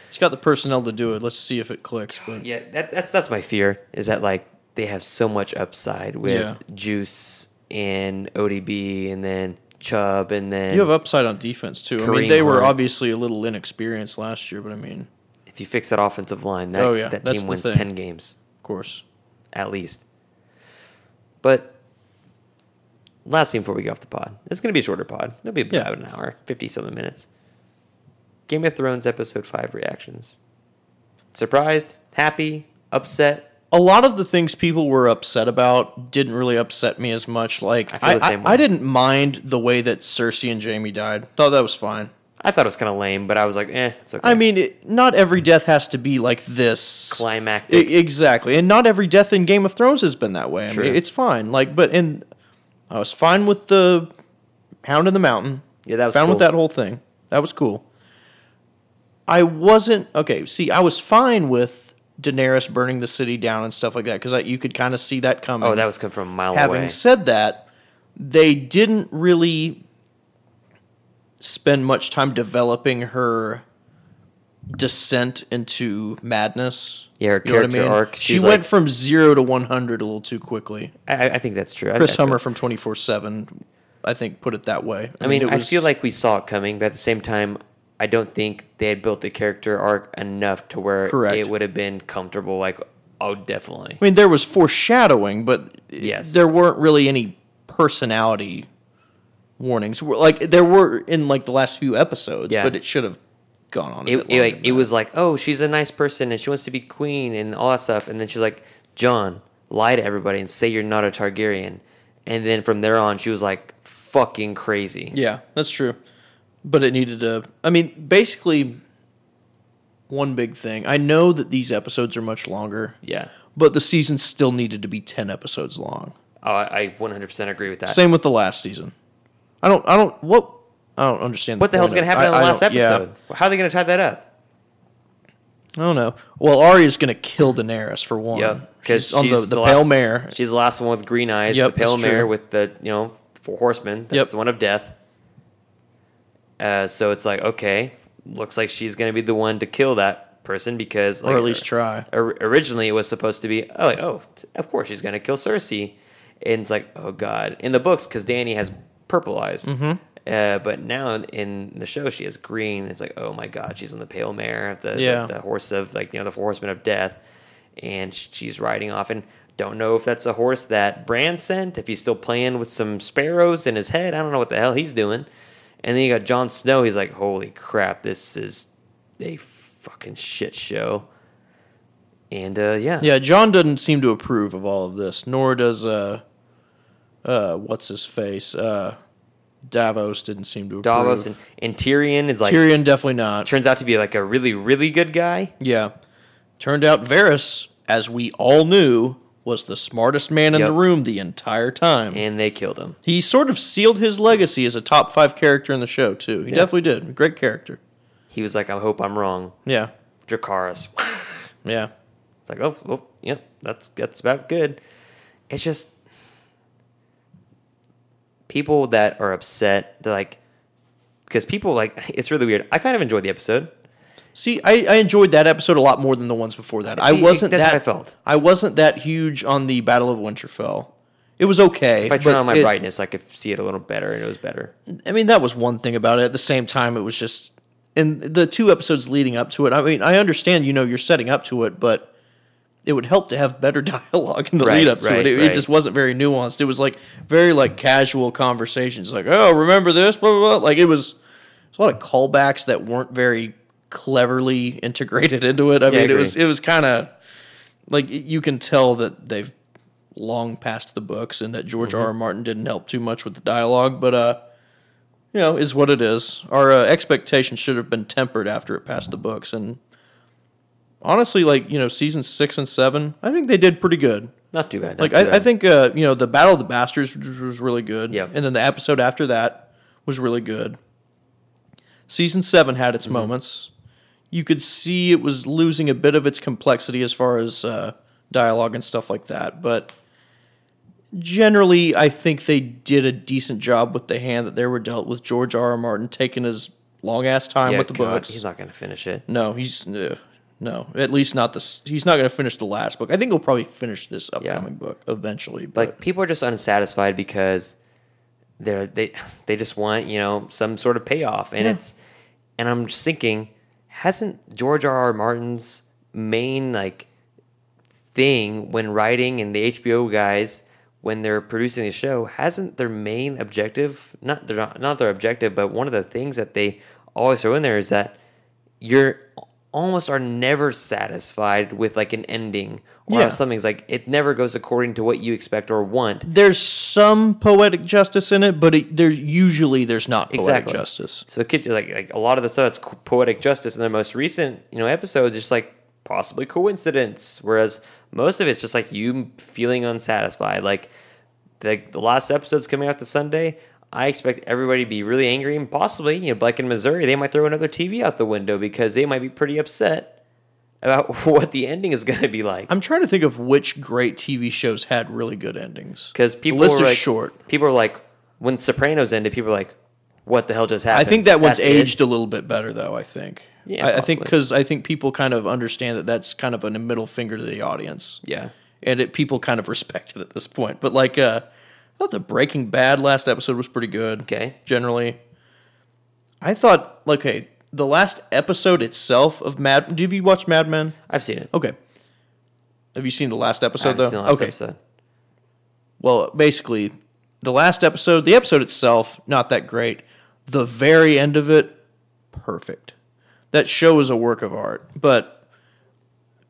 Speaker 4: He's got the personnel to do it. Let's see if it clicks. But
Speaker 3: Yeah, that, that's that's my fear is that like they have so much upside with
Speaker 4: Yeah.
Speaker 3: Juice and ODB and then Chubb and then
Speaker 4: you have upside on defense too. I
Speaker 3: Kareem
Speaker 4: mean, they were
Speaker 3: Hunt.
Speaker 4: obviously a little inexperienced last year, but I mean,
Speaker 3: if you fix that offensive line, that
Speaker 4: Oh, yeah,
Speaker 3: that
Speaker 4: that's
Speaker 3: team
Speaker 4: the
Speaker 3: wins
Speaker 4: thing.
Speaker 3: ten games
Speaker 4: of course.
Speaker 3: at least. But last thing before we get off the pod, it's going to be a shorter pod. It'll be about
Speaker 4: Yeah.
Speaker 3: an hour, fifty something minutes. Game of Thrones episode five reactions. Surprised, happy, upset,
Speaker 4: a lot of the things people were upset about didn't really upset me as much. Like
Speaker 3: I
Speaker 4: I,
Speaker 3: feel the
Speaker 4: I-
Speaker 3: same
Speaker 4: I
Speaker 3: way.
Speaker 4: didn't mind the way that Cersei and Jamie died. Thought that was fine.
Speaker 3: I thought it was kind of lame, but I was like, eh, it's okay.
Speaker 4: I mean, it, not every death has to be like this I-
Speaker 3: climactic.
Speaker 4: exactly, and not every death in Game of Thrones has been that way. I
Speaker 3: Sure.
Speaker 4: mean, it's fine. Like, but and I was fine with the Hound in the Mountain.
Speaker 3: Yeah, that was
Speaker 4: fine
Speaker 3: cool.
Speaker 4: with that whole thing. That was cool. I wasn't okay. See, I was fine with Daenerys burning the city down and stuff like that because you could kind of see that coming.
Speaker 3: oh, that was coming from a mile
Speaker 4: Having
Speaker 3: away.
Speaker 4: said that, they didn't really spend much time developing her descent into madness.
Speaker 3: Yeah, her
Speaker 4: You know what I
Speaker 3: character
Speaker 4: mean?
Speaker 3: arc,
Speaker 4: She
Speaker 3: she's
Speaker 4: went
Speaker 3: like-
Speaker 4: from zero to one hundred a little too quickly.
Speaker 3: I, I think that's true. I-
Speaker 4: Chris
Speaker 3: I,
Speaker 4: Hummer from twenty four seven, I think, put it that way.
Speaker 3: I mean, I feel like we saw it coming, but at the same time, I don't think they had built the character arc enough to where
Speaker 4: Correct.
Speaker 3: it would have been comfortable. Like, oh, definitely.
Speaker 4: I mean, there was foreshadowing, but
Speaker 3: Yes.
Speaker 4: there weren't really any personality warnings. Like there were in like the last few episodes,
Speaker 3: Yeah.
Speaker 4: but it should have gone on. A
Speaker 3: It,
Speaker 4: bit
Speaker 3: it,
Speaker 4: longer
Speaker 3: like,
Speaker 4: than
Speaker 3: it
Speaker 4: that.
Speaker 3: was like, oh, she's a nice person and she wants to be queen and all that stuff. And then she's like, John, lie to everybody and say you're not a Targaryen. And then from there on, she was like fucking crazy.
Speaker 4: Yeah, that's true. But it needed a. I mean, basically, one big thing. I know that these episodes are much longer,
Speaker 3: Yeah.
Speaker 4: but the season still needed to be ten episodes long.
Speaker 3: Oh, I, I 100% agree with that.
Speaker 4: Same with the last season. I don't. I don't. What? I don't understand.
Speaker 3: What the hell's
Speaker 4: point
Speaker 3: going to
Speaker 4: of-
Speaker 3: happen in the
Speaker 4: I- I
Speaker 3: last
Speaker 4: don't- yeah.
Speaker 3: episode? How are they going to tie that up?
Speaker 4: I don't know. Oh, Well, Arya's going to kill Daenerys for one.
Speaker 3: Yeah, because
Speaker 4: because on the, the, pale mare.
Speaker 3: She's the last one with green eyes.
Speaker 4: Yep,
Speaker 3: the pale
Speaker 4: that's
Speaker 3: mare
Speaker 4: true.
Speaker 3: with the you know four horsemen. That's
Speaker 4: Yep.
Speaker 3: the one of death. Uh, so it's like okay, looks like she's gonna be the one to kill that person because, like,
Speaker 4: or at least try.
Speaker 3: or- originally it was supposed to be oh like, oh t- of course she's gonna kill Cersei, and it's like oh god in the books because Danny has purple eyes. Uh, but now in- in the show she has green. It's like oh my god, she's on the pale mare, the the-
Speaker 4: Yeah.
Speaker 3: the horse of like you know the four horsemen of death, and sh- she's riding off. And don't know if that's a horse that Bran sent. If he's still playing with some sparrows in his head, I don't know what the hell he's doing. And then you got Jon Snow. He's like, holy crap, this is a fucking shit show. And uh, yeah,
Speaker 4: Yeah, John doesn't seem to approve of all of this, nor does uh, uh, what's his face? Uh, Davos didn't seem to approve.
Speaker 3: Davos and, and Tyrion is like
Speaker 4: Tyrion Mm. definitely not.
Speaker 3: turns out to be like a really really good guy.
Speaker 4: yeah, turned out Varys, as we all knew, was the smartest man in
Speaker 3: Yep.
Speaker 4: the room the entire time.
Speaker 3: And they killed him.
Speaker 4: he sort of sealed his legacy as a top five character in the show too. He definitely did. Great character.
Speaker 3: He was like, I hope I'm wrong.
Speaker 4: Yeah,
Speaker 3: Dracarys.
Speaker 4: yeah.
Speaker 3: It's like, oh, oh, yeah, that's that's about good. It's just people that are upset. They're like, because people like it's really weird. I kind of enjoyed the episode.
Speaker 4: See, I, I enjoyed that episode a lot more than the ones before that. I
Speaker 3: See,
Speaker 4: wasn't
Speaker 3: that's how
Speaker 4: that
Speaker 3: I felt.
Speaker 4: I wasn't that huge on the Battle of Winterfell. It was okay.
Speaker 3: If I turn
Speaker 4: but
Speaker 3: on my
Speaker 4: it-
Speaker 3: brightness, I could see it a little better, and it was better.
Speaker 4: I mean, that was one thing about it. At the same time, it was just and the two episodes leading up to it. I mean, I understand you know you're setting up to it, but it would help to have better dialogue in the
Speaker 3: Right,
Speaker 4: lead up to
Speaker 3: right,
Speaker 4: it. It,
Speaker 3: right.
Speaker 4: it just wasn't very nuanced. It was like very like casual conversations, like oh, remember this, blah blah. blah. Like it was, it was a lot of callbacks that weren't very cleverly integrated into it. I
Speaker 3: Yeah, I
Speaker 4: mean, it was
Speaker 3: agree.
Speaker 4: it was kind of like y- you can tell that they've long past the books and that George
Speaker 3: Mm-hmm.
Speaker 4: R. R. Martin didn't help too much with the dialogue, but uh you know, is what it is. Our uh, expectations should have been tempered after it passed the books and honestly like, you know, season 6 and 7, I think they did pretty good.
Speaker 3: Not too bad. not
Speaker 4: Like
Speaker 3: too
Speaker 4: I, I
Speaker 3: bad.
Speaker 4: think uh, you know, the Battle of the Bastards was- was really good.
Speaker 3: Yep.
Speaker 4: And then the episode after that was really good. Season 7 had
Speaker 3: Mm-hmm.
Speaker 4: its moments. You could see it was losing a bit of its complexity as far as uh, dialogue and stuff like that, but generally, I think they did a decent job with the hand that they were dealt with George R. R. Martin taking his long ass time
Speaker 3: Yeah,
Speaker 4: with the
Speaker 3: God,
Speaker 4: books.
Speaker 3: He's not going to finish it.
Speaker 4: no, he's no, no. At least not this. He's not going to finish the last book. I think he'll probably finish this upcoming book eventually. But
Speaker 3: Like people are just unsatisfied because they're they they just want you know some sort of payoff, and it's and I'm just thinking, hasn't George R. R. Martin's main like thing when writing and the HBO guys when they're producing the show hasn't their main objective not their not, not their objective but one of the things that they always throw in there is that you're almost are never satisfied with like an ending or
Speaker 4: Yeah.
Speaker 3: how something's like it never goes according to what you expect or want
Speaker 4: there's some poetic justice in it, but it, there's usually there's not poetic
Speaker 3: Exactly.
Speaker 4: justice.
Speaker 3: So it could like like a lot of the stuff that's co- poetic justice in their most recent you know episodes just like possibly coincidence, whereas most of it's just like you feeling unsatisfied. Like the, the last episode's coming out this Sunday. I expect everybody to be really angry and possibly you know like in Missouri they might throw another TV out the window because they might be pretty upset about what the ending is going to be like.
Speaker 4: I'm trying to think of which great TV shows had really good endings.
Speaker 3: Because people
Speaker 4: the list
Speaker 3: were
Speaker 4: is
Speaker 3: like,
Speaker 4: short.
Speaker 3: People are like when Sopranos ended, people were like, "What the hell just
Speaker 4: I
Speaker 3: happened?"
Speaker 4: think that one's
Speaker 3: That's it?
Speaker 4: aged a little bit better, though. I think.
Speaker 3: Yeah,
Speaker 4: I, I think
Speaker 3: possibly.
Speaker 4: because I think people kind of understand that that's kind of a middle finger to the audience.
Speaker 3: Yeah.
Speaker 4: and it people kind of respect it at this point. But like, uh, I thought the Breaking Bad last episode was pretty good.
Speaker 3: Okay.
Speaker 4: generally, I thought like, okay, the last episode itself of Mad. Have you watched Mad Men?
Speaker 3: I've seen it.
Speaker 4: Okay. Have you seen the last
Speaker 3: I
Speaker 4: episode
Speaker 3: haven't
Speaker 4: though?
Speaker 3: seen the last
Speaker 4: okay.
Speaker 3: episode.
Speaker 4: Well, basically, the last episode, the episode itself, not that great. The very end of it, perfect. That show is a work of art, but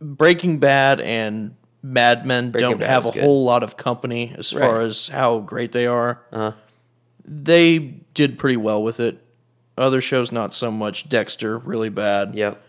Speaker 4: Breaking Bad and Mad Men
Speaker 3: Breaking
Speaker 4: don't
Speaker 3: Bad
Speaker 4: have a
Speaker 3: was good.
Speaker 4: whole lot of company as far
Speaker 3: Right. Uh-huh.
Speaker 4: as how great they are. They did pretty well with it. Other shows, not so much. Dexter, really bad.
Speaker 3: Yep.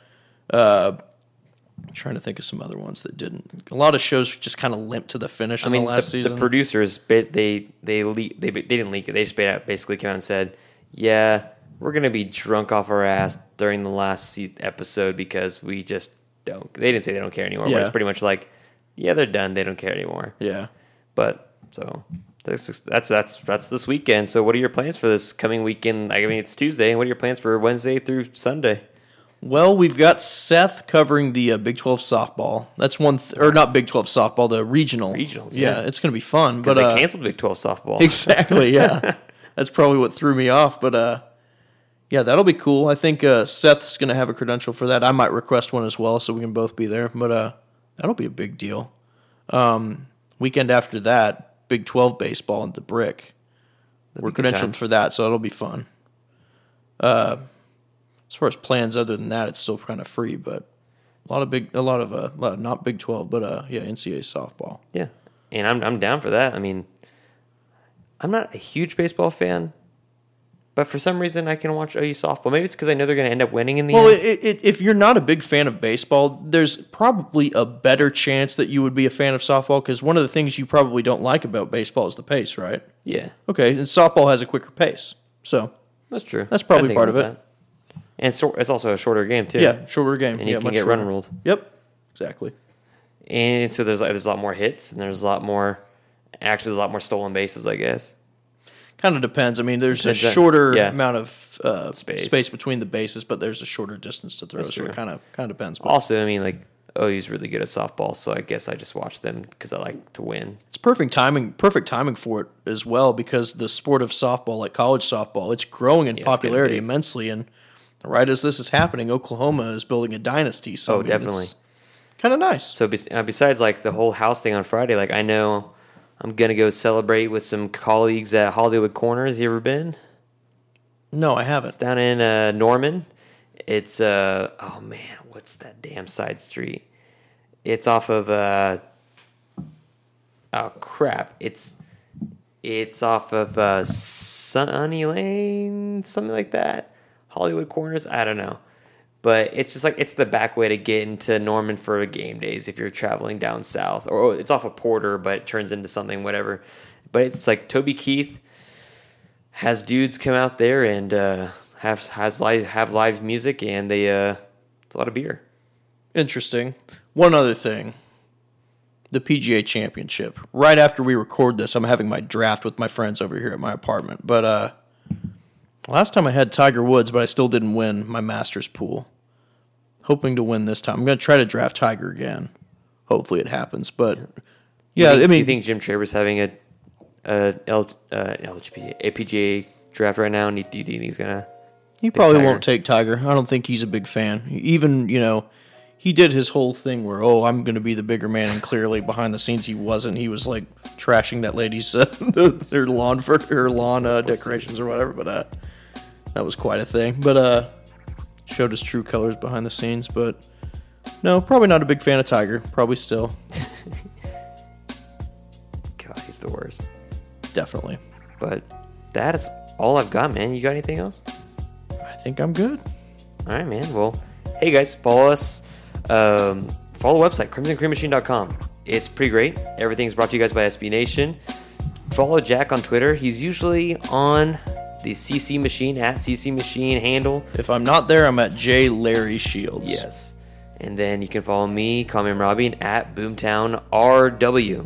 Speaker 4: I'm trying to think of some other ones that didn't. A lot of shows just kind of limped to the finish
Speaker 3: I
Speaker 4: in
Speaker 3: mean,
Speaker 4: the
Speaker 3: the,
Speaker 4: last
Speaker 3: the
Speaker 4: season.
Speaker 3: producers ba- they they le- they they didn't leak it. They just ba- basically came out and said, "Yeah, we're gonna be drunk off our ass during the last se- episode because we just don't." They didn't say they don't care anymore. But
Speaker 4: Yeah.
Speaker 3: it's pretty much like, "Yeah, they're done. They don't care anymore."
Speaker 4: yeah.
Speaker 3: But so that's that's that's that's this weekend. So what are your plans for this coming weekend? I mean, it's Tuesday. What are your plans for Wednesday through Sunday?
Speaker 4: Well, we've got Seth covering the uh, Big 12 softball. That's one, th- or not Big 12 softball, the regional.
Speaker 3: Regionals, yeah.
Speaker 4: it's going to be fun. But
Speaker 3: Because they
Speaker 4: uh,
Speaker 3: canceled Big Twelve softball.
Speaker 4: exactly, yeah. That's probably what threw me off. But uh, yeah, that'll be cool. I think uh, Seth's going to have a credential for that. I might request one as well, so we can both be there. But uh, that'll be a big deal. Um, weekend after that, Big 12 baseball at the Brick. We're
Speaker 3: be good
Speaker 4: credentialed
Speaker 3: times.
Speaker 4: for that, so that'll be fun. Uh, as far as plans, other than that, it's still kind of free, but a lot of big, a lot of uh, well, not Big 12, but uh, yeah, NCAA softball.
Speaker 3: Yeah, and I'm I'm down for that. I mean, I'm not a huge baseball fan, but for some reason I can watch OU softball. Maybe it's because I know they're going to end up winning in the
Speaker 4: Well,
Speaker 3: end.
Speaker 4: it, it, if you're not a big fan of baseball, there's probably a better chance that you would be a fan of softball because one of the things you probably don't like about baseball is the pace, right?
Speaker 3: yeah,
Speaker 4: Okay, and softball has a quicker pace, so
Speaker 3: that's true.
Speaker 4: that's probably
Speaker 3: I'd think
Speaker 4: part of
Speaker 3: about
Speaker 4: it.
Speaker 3: that. And so, it's also a shorter game too.
Speaker 4: yeah, shorter game.
Speaker 3: and
Speaker 4: yeah,
Speaker 3: you can
Speaker 4: much
Speaker 3: get run
Speaker 4: shorter.
Speaker 3: ruled.
Speaker 4: Yep, exactly.
Speaker 3: And so there's like, there's a lot more hits, and there's a lot more. Actually, there's a lot more stolen bases, I guess.
Speaker 4: Kind of depends. I mean, there's
Speaker 3: Depends
Speaker 4: a
Speaker 3: on-
Speaker 4: shorter
Speaker 3: yeah.
Speaker 4: amount of uh, space.
Speaker 3: Space.
Speaker 4: between the bases, but there's a shorter distance to throw, so
Speaker 3: true.
Speaker 4: it kind of kind of depends. But
Speaker 3: Also, I mean, like OU's really good at softball, so I guess I just watch them because I like to win.
Speaker 4: it's perfect timing, perfect timing for it as well, because the sport of softball, like college softball, it's growing in
Speaker 3: it's getting
Speaker 4: popularity
Speaker 3: big.
Speaker 4: immensely. And right as this is happening, Oklahoma is building a dynasty. So
Speaker 3: Oh, definitely.
Speaker 4: kind of nice.
Speaker 3: So bes- uh, besides like the whole house thing on Friday, like I know I'm gonna go celebrate with some colleagues at Hollywood Corners. You ever been?
Speaker 4: No, I haven't.
Speaker 3: It's down in uh, Norman. It's uh oh man, what's that damn side street? It's off of uh oh crap. It's it's off of uh, Sunny Lane, something like that. Hollywood Corners, I don't know. But it's just like it's the back way to get into Norman for game days if you're traveling down south. Or oh, it's off of Porter, but it turns into something whatever. But it's like Toby Keith has dudes come out there and uh, have has live have live music and they uh, it's a lot of beer.
Speaker 4: Interesting. One other thing. the PGA Championship. Right after we record this, I'm having my draft with my friends over here at my apartment. But uh, last time I had Tiger Woods, but I still didn't win my Masters pool. Hoping to win this time. I'm going to try to draft Tiger again. Hopefully it happens. But yeah,
Speaker 3: Do
Speaker 4: I
Speaker 3: you
Speaker 4: mean,
Speaker 3: think Jim Traber's having a, a L, uh, LHP, a PGA draft right now? And you, do you think he's gonna?
Speaker 4: He probably
Speaker 3: Tiger.
Speaker 4: won't take Tiger. I don't think he's a big fan. Even, you know, he did his whole thing where, oh, I'm going to be the bigger man. And clearly behind the scenes, he wasn't. He was like trashing that lady's uh, their lawn for her lawn uh, decorations or whatever. But uh, that was quite a thing. But uh, showed his true colors behind the scenes. But no, probably not a big fan of Tiger. Probably still.
Speaker 3: God, he's the worst.
Speaker 4: Definitely.
Speaker 3: But that is all I've got, man. You got anything else?
Speaker 4: I think I'm good.
Speaker 3: All right, man. Well, hey guys, follow us. Um, follow the website, crimsoncreammachine.com. It's pretty great. Everything's brought to you guys by SB Nation. Follow Jack on Twitter. He's usually on the CC Machine at CC Machine handle.
Speaker 4: If I'm not there, I'm at J. Larry Shields.
Speaker 3: Yes. And then you can follow me, Common Robbie, at Boomtown RW.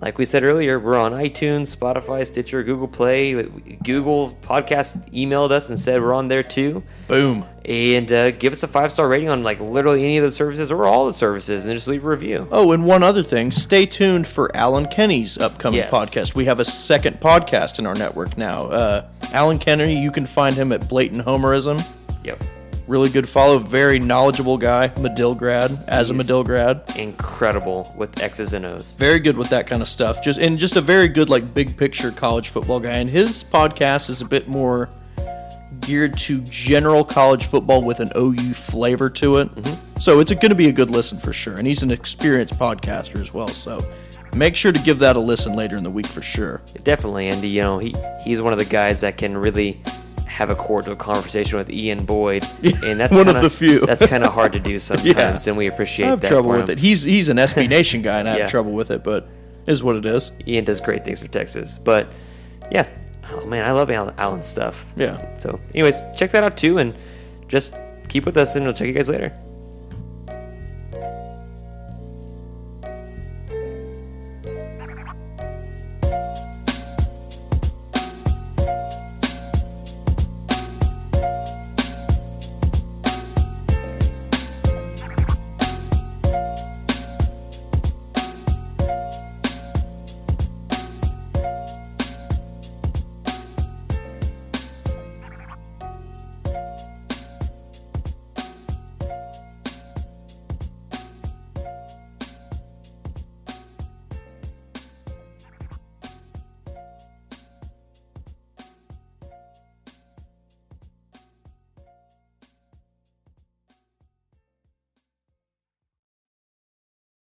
Speaker 3: Like we said earlier, we're on iTunes, Spotify, Stitcher, Google Play. Google Podcast emailed us and said we're on there too
Speaker 4: Boom.
Speaker 3: and uh, give us a five star rating on like literally any of the services or all the services, and just leave a review.
Speaker 4: Oh, and one other thing. Stay tuned for Alan Kenny's upcoming
Speaker 3: Yes.
Speaker 4: podcast. We have a second podcast in our network now. Uh, Alan Kenny, you can find him at Blatant Homerism.
Speaker 3: Yep,
Speaker 4: Really good follow. Very knowledgeable guy. Medill grad, as a
Speaker 3: He's-
Speaker 4: Medill grad.
Speaker 3: incredible with X's and O's.
Speaker 4: Very good with that kind of stuff. Just and just a very good like big picture college football guy. And his podcast is a bit more geared to general college football with an OU flavor to it. So it's going to be a good listen for sure. And he's an experienced podcaster as well. So make sure to give that a listen later in the week for sure.
Speaker 3: Definitely, and you know he he's one of the guys that can really have a cordial conversation with Ian Boyd, and that's
Speaker 4: one of
Speaker 3: kinda,
Speaker 4: the few.
Speaker 3: that's kind of hard to do sometimes, and we appreciate
Speaker 4: I have
Speaker 3: that.
Speaker 4: trouble
Speaker 3: for
Speaker 4: with
Speaker 3: him.
Speaker 4: it. He's he's an SB Nation guy, and I
Speaker 3: Yeah.
Speaker 4: have trouble with it, but is what it is.
Speaker 3: Ian does great things for Texas, but yeah, oh man, I love Alan, Alan's stuff.
Speaker 4: Yeah.
Speaker 3: So, anyways, check that out too, and just keep with us, and we'll check you guys later.